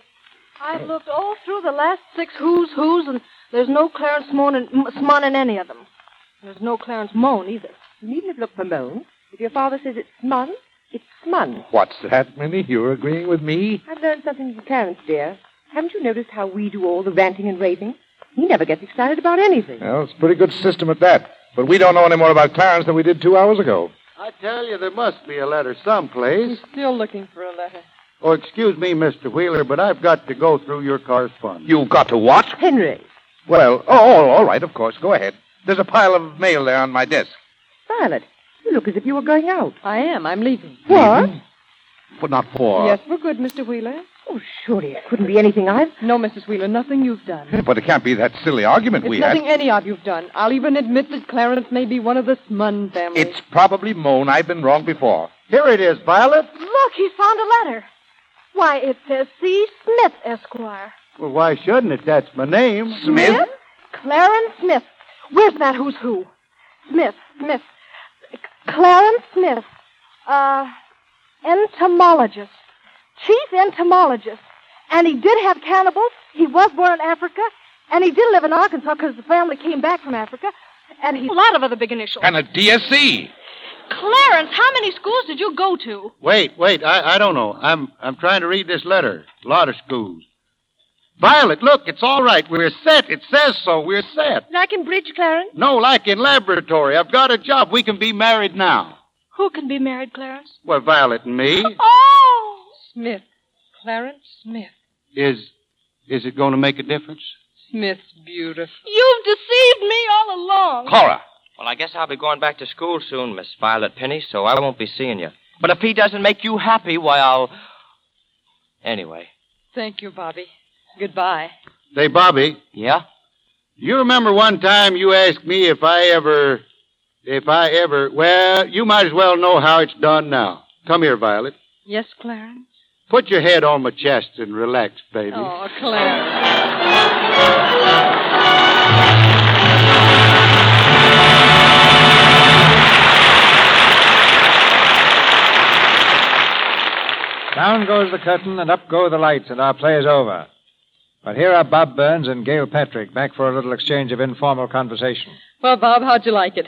I've looked all through the last six who's who's, and there's no Clarence Moan in, M- Smon in any of them. There's no Clarence Moan either.
You needn't have looked for Moan. If your father says it's Smon, it's Smon.
What's that, Minnie? You're agreeing with me?
I've learned something from Clarence, dear. Haven't you noticed how we do all the ranting and raving? He never gets excited about anything.
Well, it's a pretty good system at that. But we don't know any more about Clarence than we did two hours ago.
I tell you, there must be a letter someplace.
Still looking for a letter.
Oh, excuse me, Mr. Wheeler, but I've got to go through your correspondence.
You've got to what?
Henry.
Well, oh, all- all right, of course. Go ahead. There's a pile of mail there on my desk.
Violet, you look as if you were going out.
I am. I'm leaving.
What?
But not for.
Yes, we're good, Mr. Wheeler.
Oh, surely it couldn't be anything I've.
No, Mrs. Wheeler, nothing you've done.
But it can't be that silly argument
It's
we
nothing
had.
any of you've done. I'll even admit that Clarence may be one of the Smun family.
It's probably Moan. I've been wrong before.
Here it is, Violet.
Look, he's found a letter. Why, it says C. Smith, Esquire.
Well, why shouldn't it? That's my name.
Smith? Clarence Smith. Where's that who's who? Smith, Smith. C- Clarence Smith. Uh, entomologist. Chief entomologist. And he did have cannibals. He was born in Africa. And he did live in Arkansas because the family came back from Africa. And he. A lot of other big initials.
And a E. DSC.
Clarence, how many schools did you go to?
Wait, wait. I, I don't know. I'm I'm trying to read this letter. A lot of schools. Violet, look, it's all right. We're set. It says so. We're set.
Like in bridge, Clarence?
No, like in laboratory. I've got a job. We can be married now.
Who can be married, Clarence?
Well, Violet and me.
Oh!
Smith. Clarence Smith.
Is is it going to make a difference?
Smith's beautiful.
You've deceived me all along.
Cora.
Well, I guess I'll be going back to school soon, Miss Violet Penny, so I won't be seeing you. But if he doesn't make you happy, why, I'll. Anyway.
Thank you, Bobby. Goodbye.
Say, Bobby.
Yeah?
You remember one time you asked me if I ever. If I ever. Well, you might as well know how it's done now. Come here, Violet.
Yes, Clarence?
Put your head on my chest and relax, baby.
Oh, Clarence.
Down goes the curtain and up go the lights, and our play is over. But here are Bob Burns and Gail Patrick back for a little exchange of informal conversation.
Well, Bob, how'd you like it?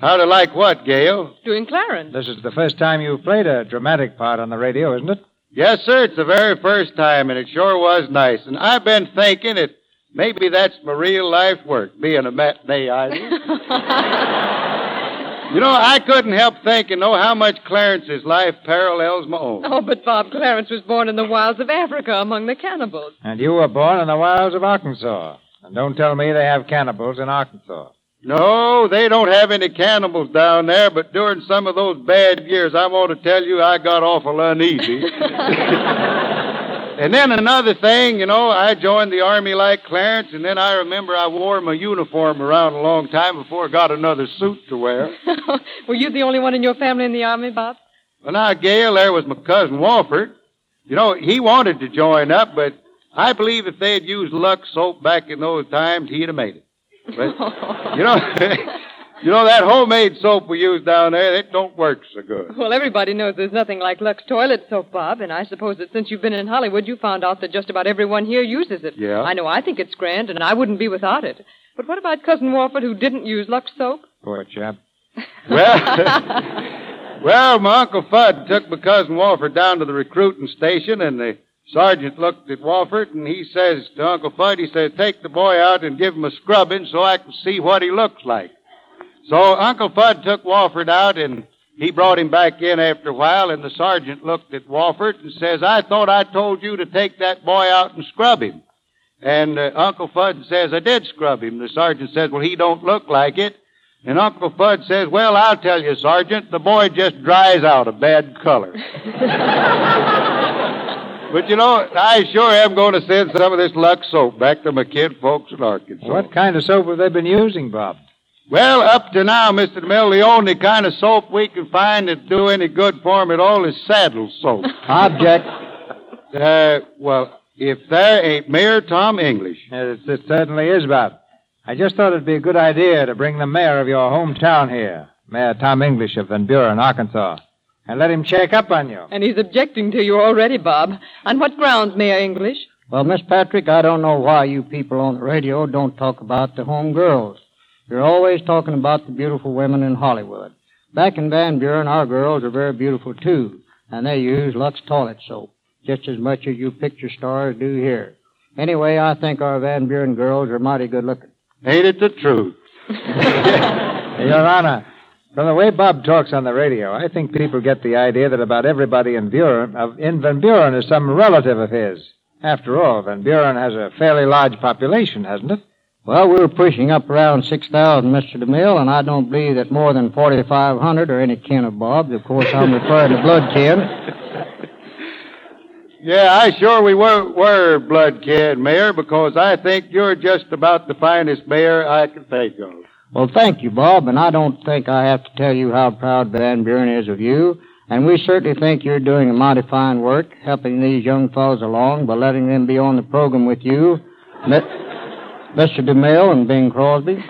How to like what, Gail?
Doing Clarence.
This is the first time you've played a dramatic part on the radio, isn't it?
Yes, sir. It's the very first time, and it sure was nice. And I've been thinking it. Maybe that's my real life work, being a matinee idol. you know, I couldn't help thinking, though, how much Clarence's life parallels my own.
Oh, but Bob, Clarence was born in the wilds of Africa among the cannibals.
And you were born in the wilds of Arkansas. And don't tell me they have cannibals in Arkansas.
No, they don't have any cannibals down there, but during some of those bad years, I want to tell you I got awful uneasy. and then another thing, you know, I joined the Army like Clarence, and then I remember I wore my uniform around a long time before I got another suit to wear.
Were you the only one in your family in the army, Bob?
Well, now, Gail, there was my cousin Walford. You know, he wanted to join up, but I believe if they had used Lux soap back in those times, he'd have made it. But, you know, you know that homemade soap we use down there, it don't work so good.
Well, everybody knows there's nothing like Lux toilet soap, Bob, and I suppose that since you've been in Hollywood, you found out that just about everyone here uses it.
Yeah.
I know I think it's grand, and I wouldn't be without it. But what about Cousin Walford, who didn't use Lux soap?
Poor chap.
Well, well, my Uncle Fudd took my cousin Walford down to the recruiting station, and the sergeant looked at Walford, and he says to Uncle Fudd, he says, take the boy out and give him a scrubbing so I can see what he looks like. So Uncle Fudd took Walford out, and he brought him back in after a while, and the sergeant looked at Walford and says, I thought I told you to take that boy out and scrub him. And uh, Uncle Fudd says, I did scrub him. The sergeant says, well, he don't look like it. And Uncle Fudd says, Well, I'll tell you, Sergeant, the boy just dries out a bad color. But you know, I sure am going to send some of this Lux soap back to my kid folks in Arkansas.
What kind of soap have they been using, Bob?
Well, up to now, Mr. Mill, the only kind of soap we can find that do any good for 'em at all is saddle soap.
Object.
Uh, well, if there ain't Mayor Tom English.
It, it certainly is, Bob. I just thought it'd be a good idea to bring the mayor of your hometown here, Mayor Tom English of Van Buren, Arkansas, and let him check up on you.
And he's objecting to you already, Bob. On what grounds, Mayor English?
Well, Miss Patrick, I don't know why you people on the radio don't talk about the home girls. You're always talking about the beautiful women in Hollywood. Back in Van Buren, our girls are very beautiful too, and they use Lux toilet soap just as much as you picture stars do here. Anyway, I think our Van Buren girls are mighty good looking.
Ain't it the truth?
Your Honor, from the way Bob talks on the radio, I think people get the idea that about everybody in Buren, of, in Van Buren is some relative of his. After all, Van Buren has a fairly large population, hasn't it?
Well, we're pushing up around 6,000, Mr. DeMille, and I don't believe that more than 4,500 are any kin of Bob's. Of course, I'm referring to blood kin.
Yeah, I sure we were, were blood kid, Mayor, because I think you're just about the finest mayor I can think of.
Well, thank you, Bob, and I don't think I have to tell you how proud Van Buren is of you. And we certainly think you're doing a mighty fine work helping these young fellows along by letting them be on the program with you, Mi- Mr. DeMille and Bing Crosby.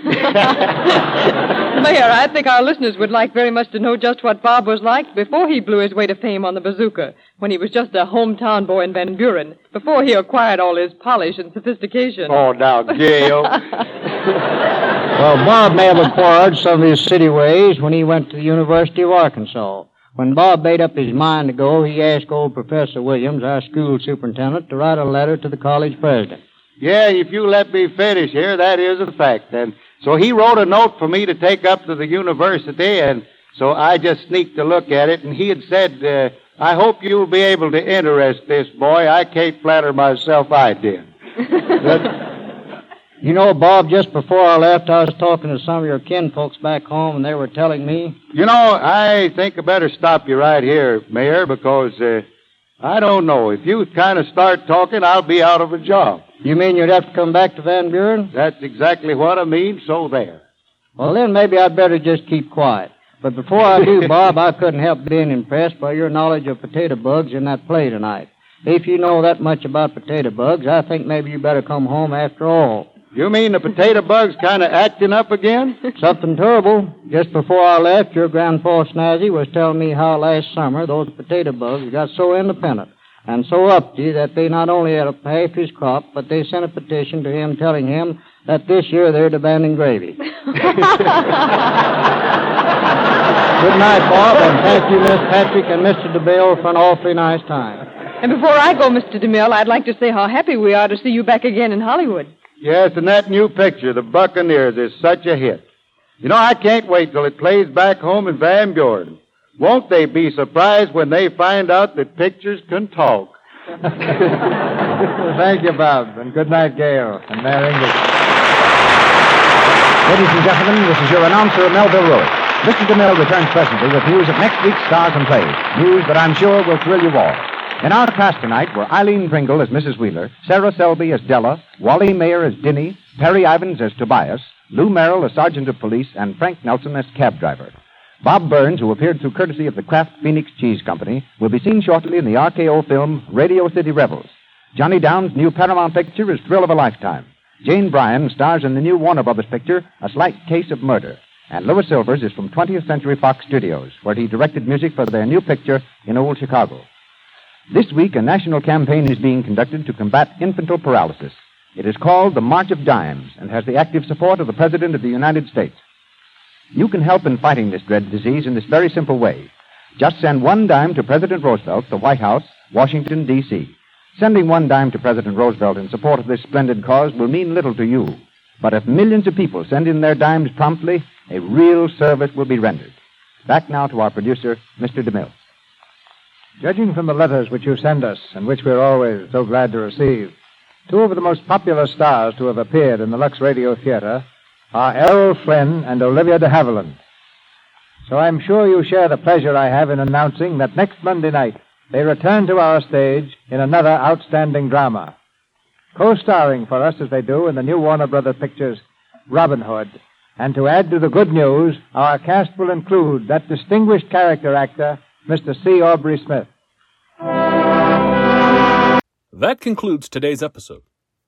Mayor, I think our listeners would like very much to know just what Bob was like before he blew his way to fame on the bazooka, when he was just a hometown boy in Van Buren, before he acquired all his polish and sophistication.
Oh, now, Gail.
Well, Bob may have acquired some of his city ways when he went to the University of Arkansas. When Bob made up his mind to go, he asked old Professor Williams, our school superintendent, to write a letter to the college president.
Yeah, if you let me finish here, that is a fact. And so he wrote a note for me to take up to the university, and so I just sneaked a look at it, and he had said, uh, I hope you'll be able to interest this boy. I can't flatter myself I did.
You know, Bob, just before I left, I was talking to some of your kinfolks back home, and they were telling me.
You know, I think I better stop you right here, Mayor, because uh, I don't know. If you kind of start talking, I'll be out of a job.
You mean you'd have to come back to Van Buren?
That's exactly what I mean, so there.
Well, then maybe I'd better just keep quiet. But before I do, Bob, I couldn't help being impressed by your knowledge of potato bugs in that play tonight. If you know that much about potato bugs, I think maybe you better come home after all.
You mean the potato bug's kind of acting up again?
Something terrible. Just before I left, your grandpa Snazzy was telling me how last summer those potato bugs got so independent and so uppity that they not only ate up half his crop, but they sent a petition to him telling him that this year they're demanding gravy. Good night, Bob, and thank you, Miss Patrick and Mr. DeBale, for an awfully nice time.
And before I go, Mr. DeMille, I'd like to say how happy we are to see you back again in Hollywood.
Yes, and that new picture, The Buccaneers, is such a hit. You know, I can't wait till it plays back home in Van Buren. Won't they be surprised when they find out that pictures can talk?
Thank you, Bob, and good night, Gail, and Mayor English.
Ladies and gentlemen, this is your announcer, Melville Roy. Mr. DeMille returns presently with news of next week's stars and plays, news that I'm sure will thrill you all. In our cast tonight were Eileen Pringle as Mrs. Wheeler, Sarah Selby as Della, Wally Mayer as Dinny, Perry Ivins as Tobias, Lou Merrill as Sergeant of Police, and Frank Nelson as cab driver. Bob Burns, who appeared through courtesy of the Kraft Phoenix Cheese Company, will be seen shortly in the RKO film Radio City Rebels. Johnny Down's new Paramount picture is Thrill of a Lifetime. Jane Bryan stars in the new Warner Brothers picture, A Slight Case of Murder. And Louis Silvers is from 20th Century Fox Studios, where he directed music for their new picture in Old Chicago. This week, a national campaign is being conducted to combat infantile paralysis. It is called the March of Dimes and has the active support of the President of the United States. You can help in fighting this dread disease in this very simple way. Just send one dime to President Roosevelt, the White House, Washington, D.C. Sending one dime to President Roosevelt in support of this splendid cause will mean little to you. But if millions of people send in their dimes promptly, a real service will be rendered. Back now to our producer, Mr. DeMille.
Judging from the letters which you send us, and which we're always so glad to receive, two of the most popular stars to have appeared in the Lux Radio Theater are Errol Flynn and Olivia de Havilland. So I'm sure you share the pleasure I have in announcing that next Monday night, they return to our stage in another outstanding drama. Co starring for us as they do in the new Warner Brothers Pictures, Robin Hood. And to add to the good news, our cast will include that distinguished character actor, Mr. C. Aubrey Smith.
That concludes today's episode.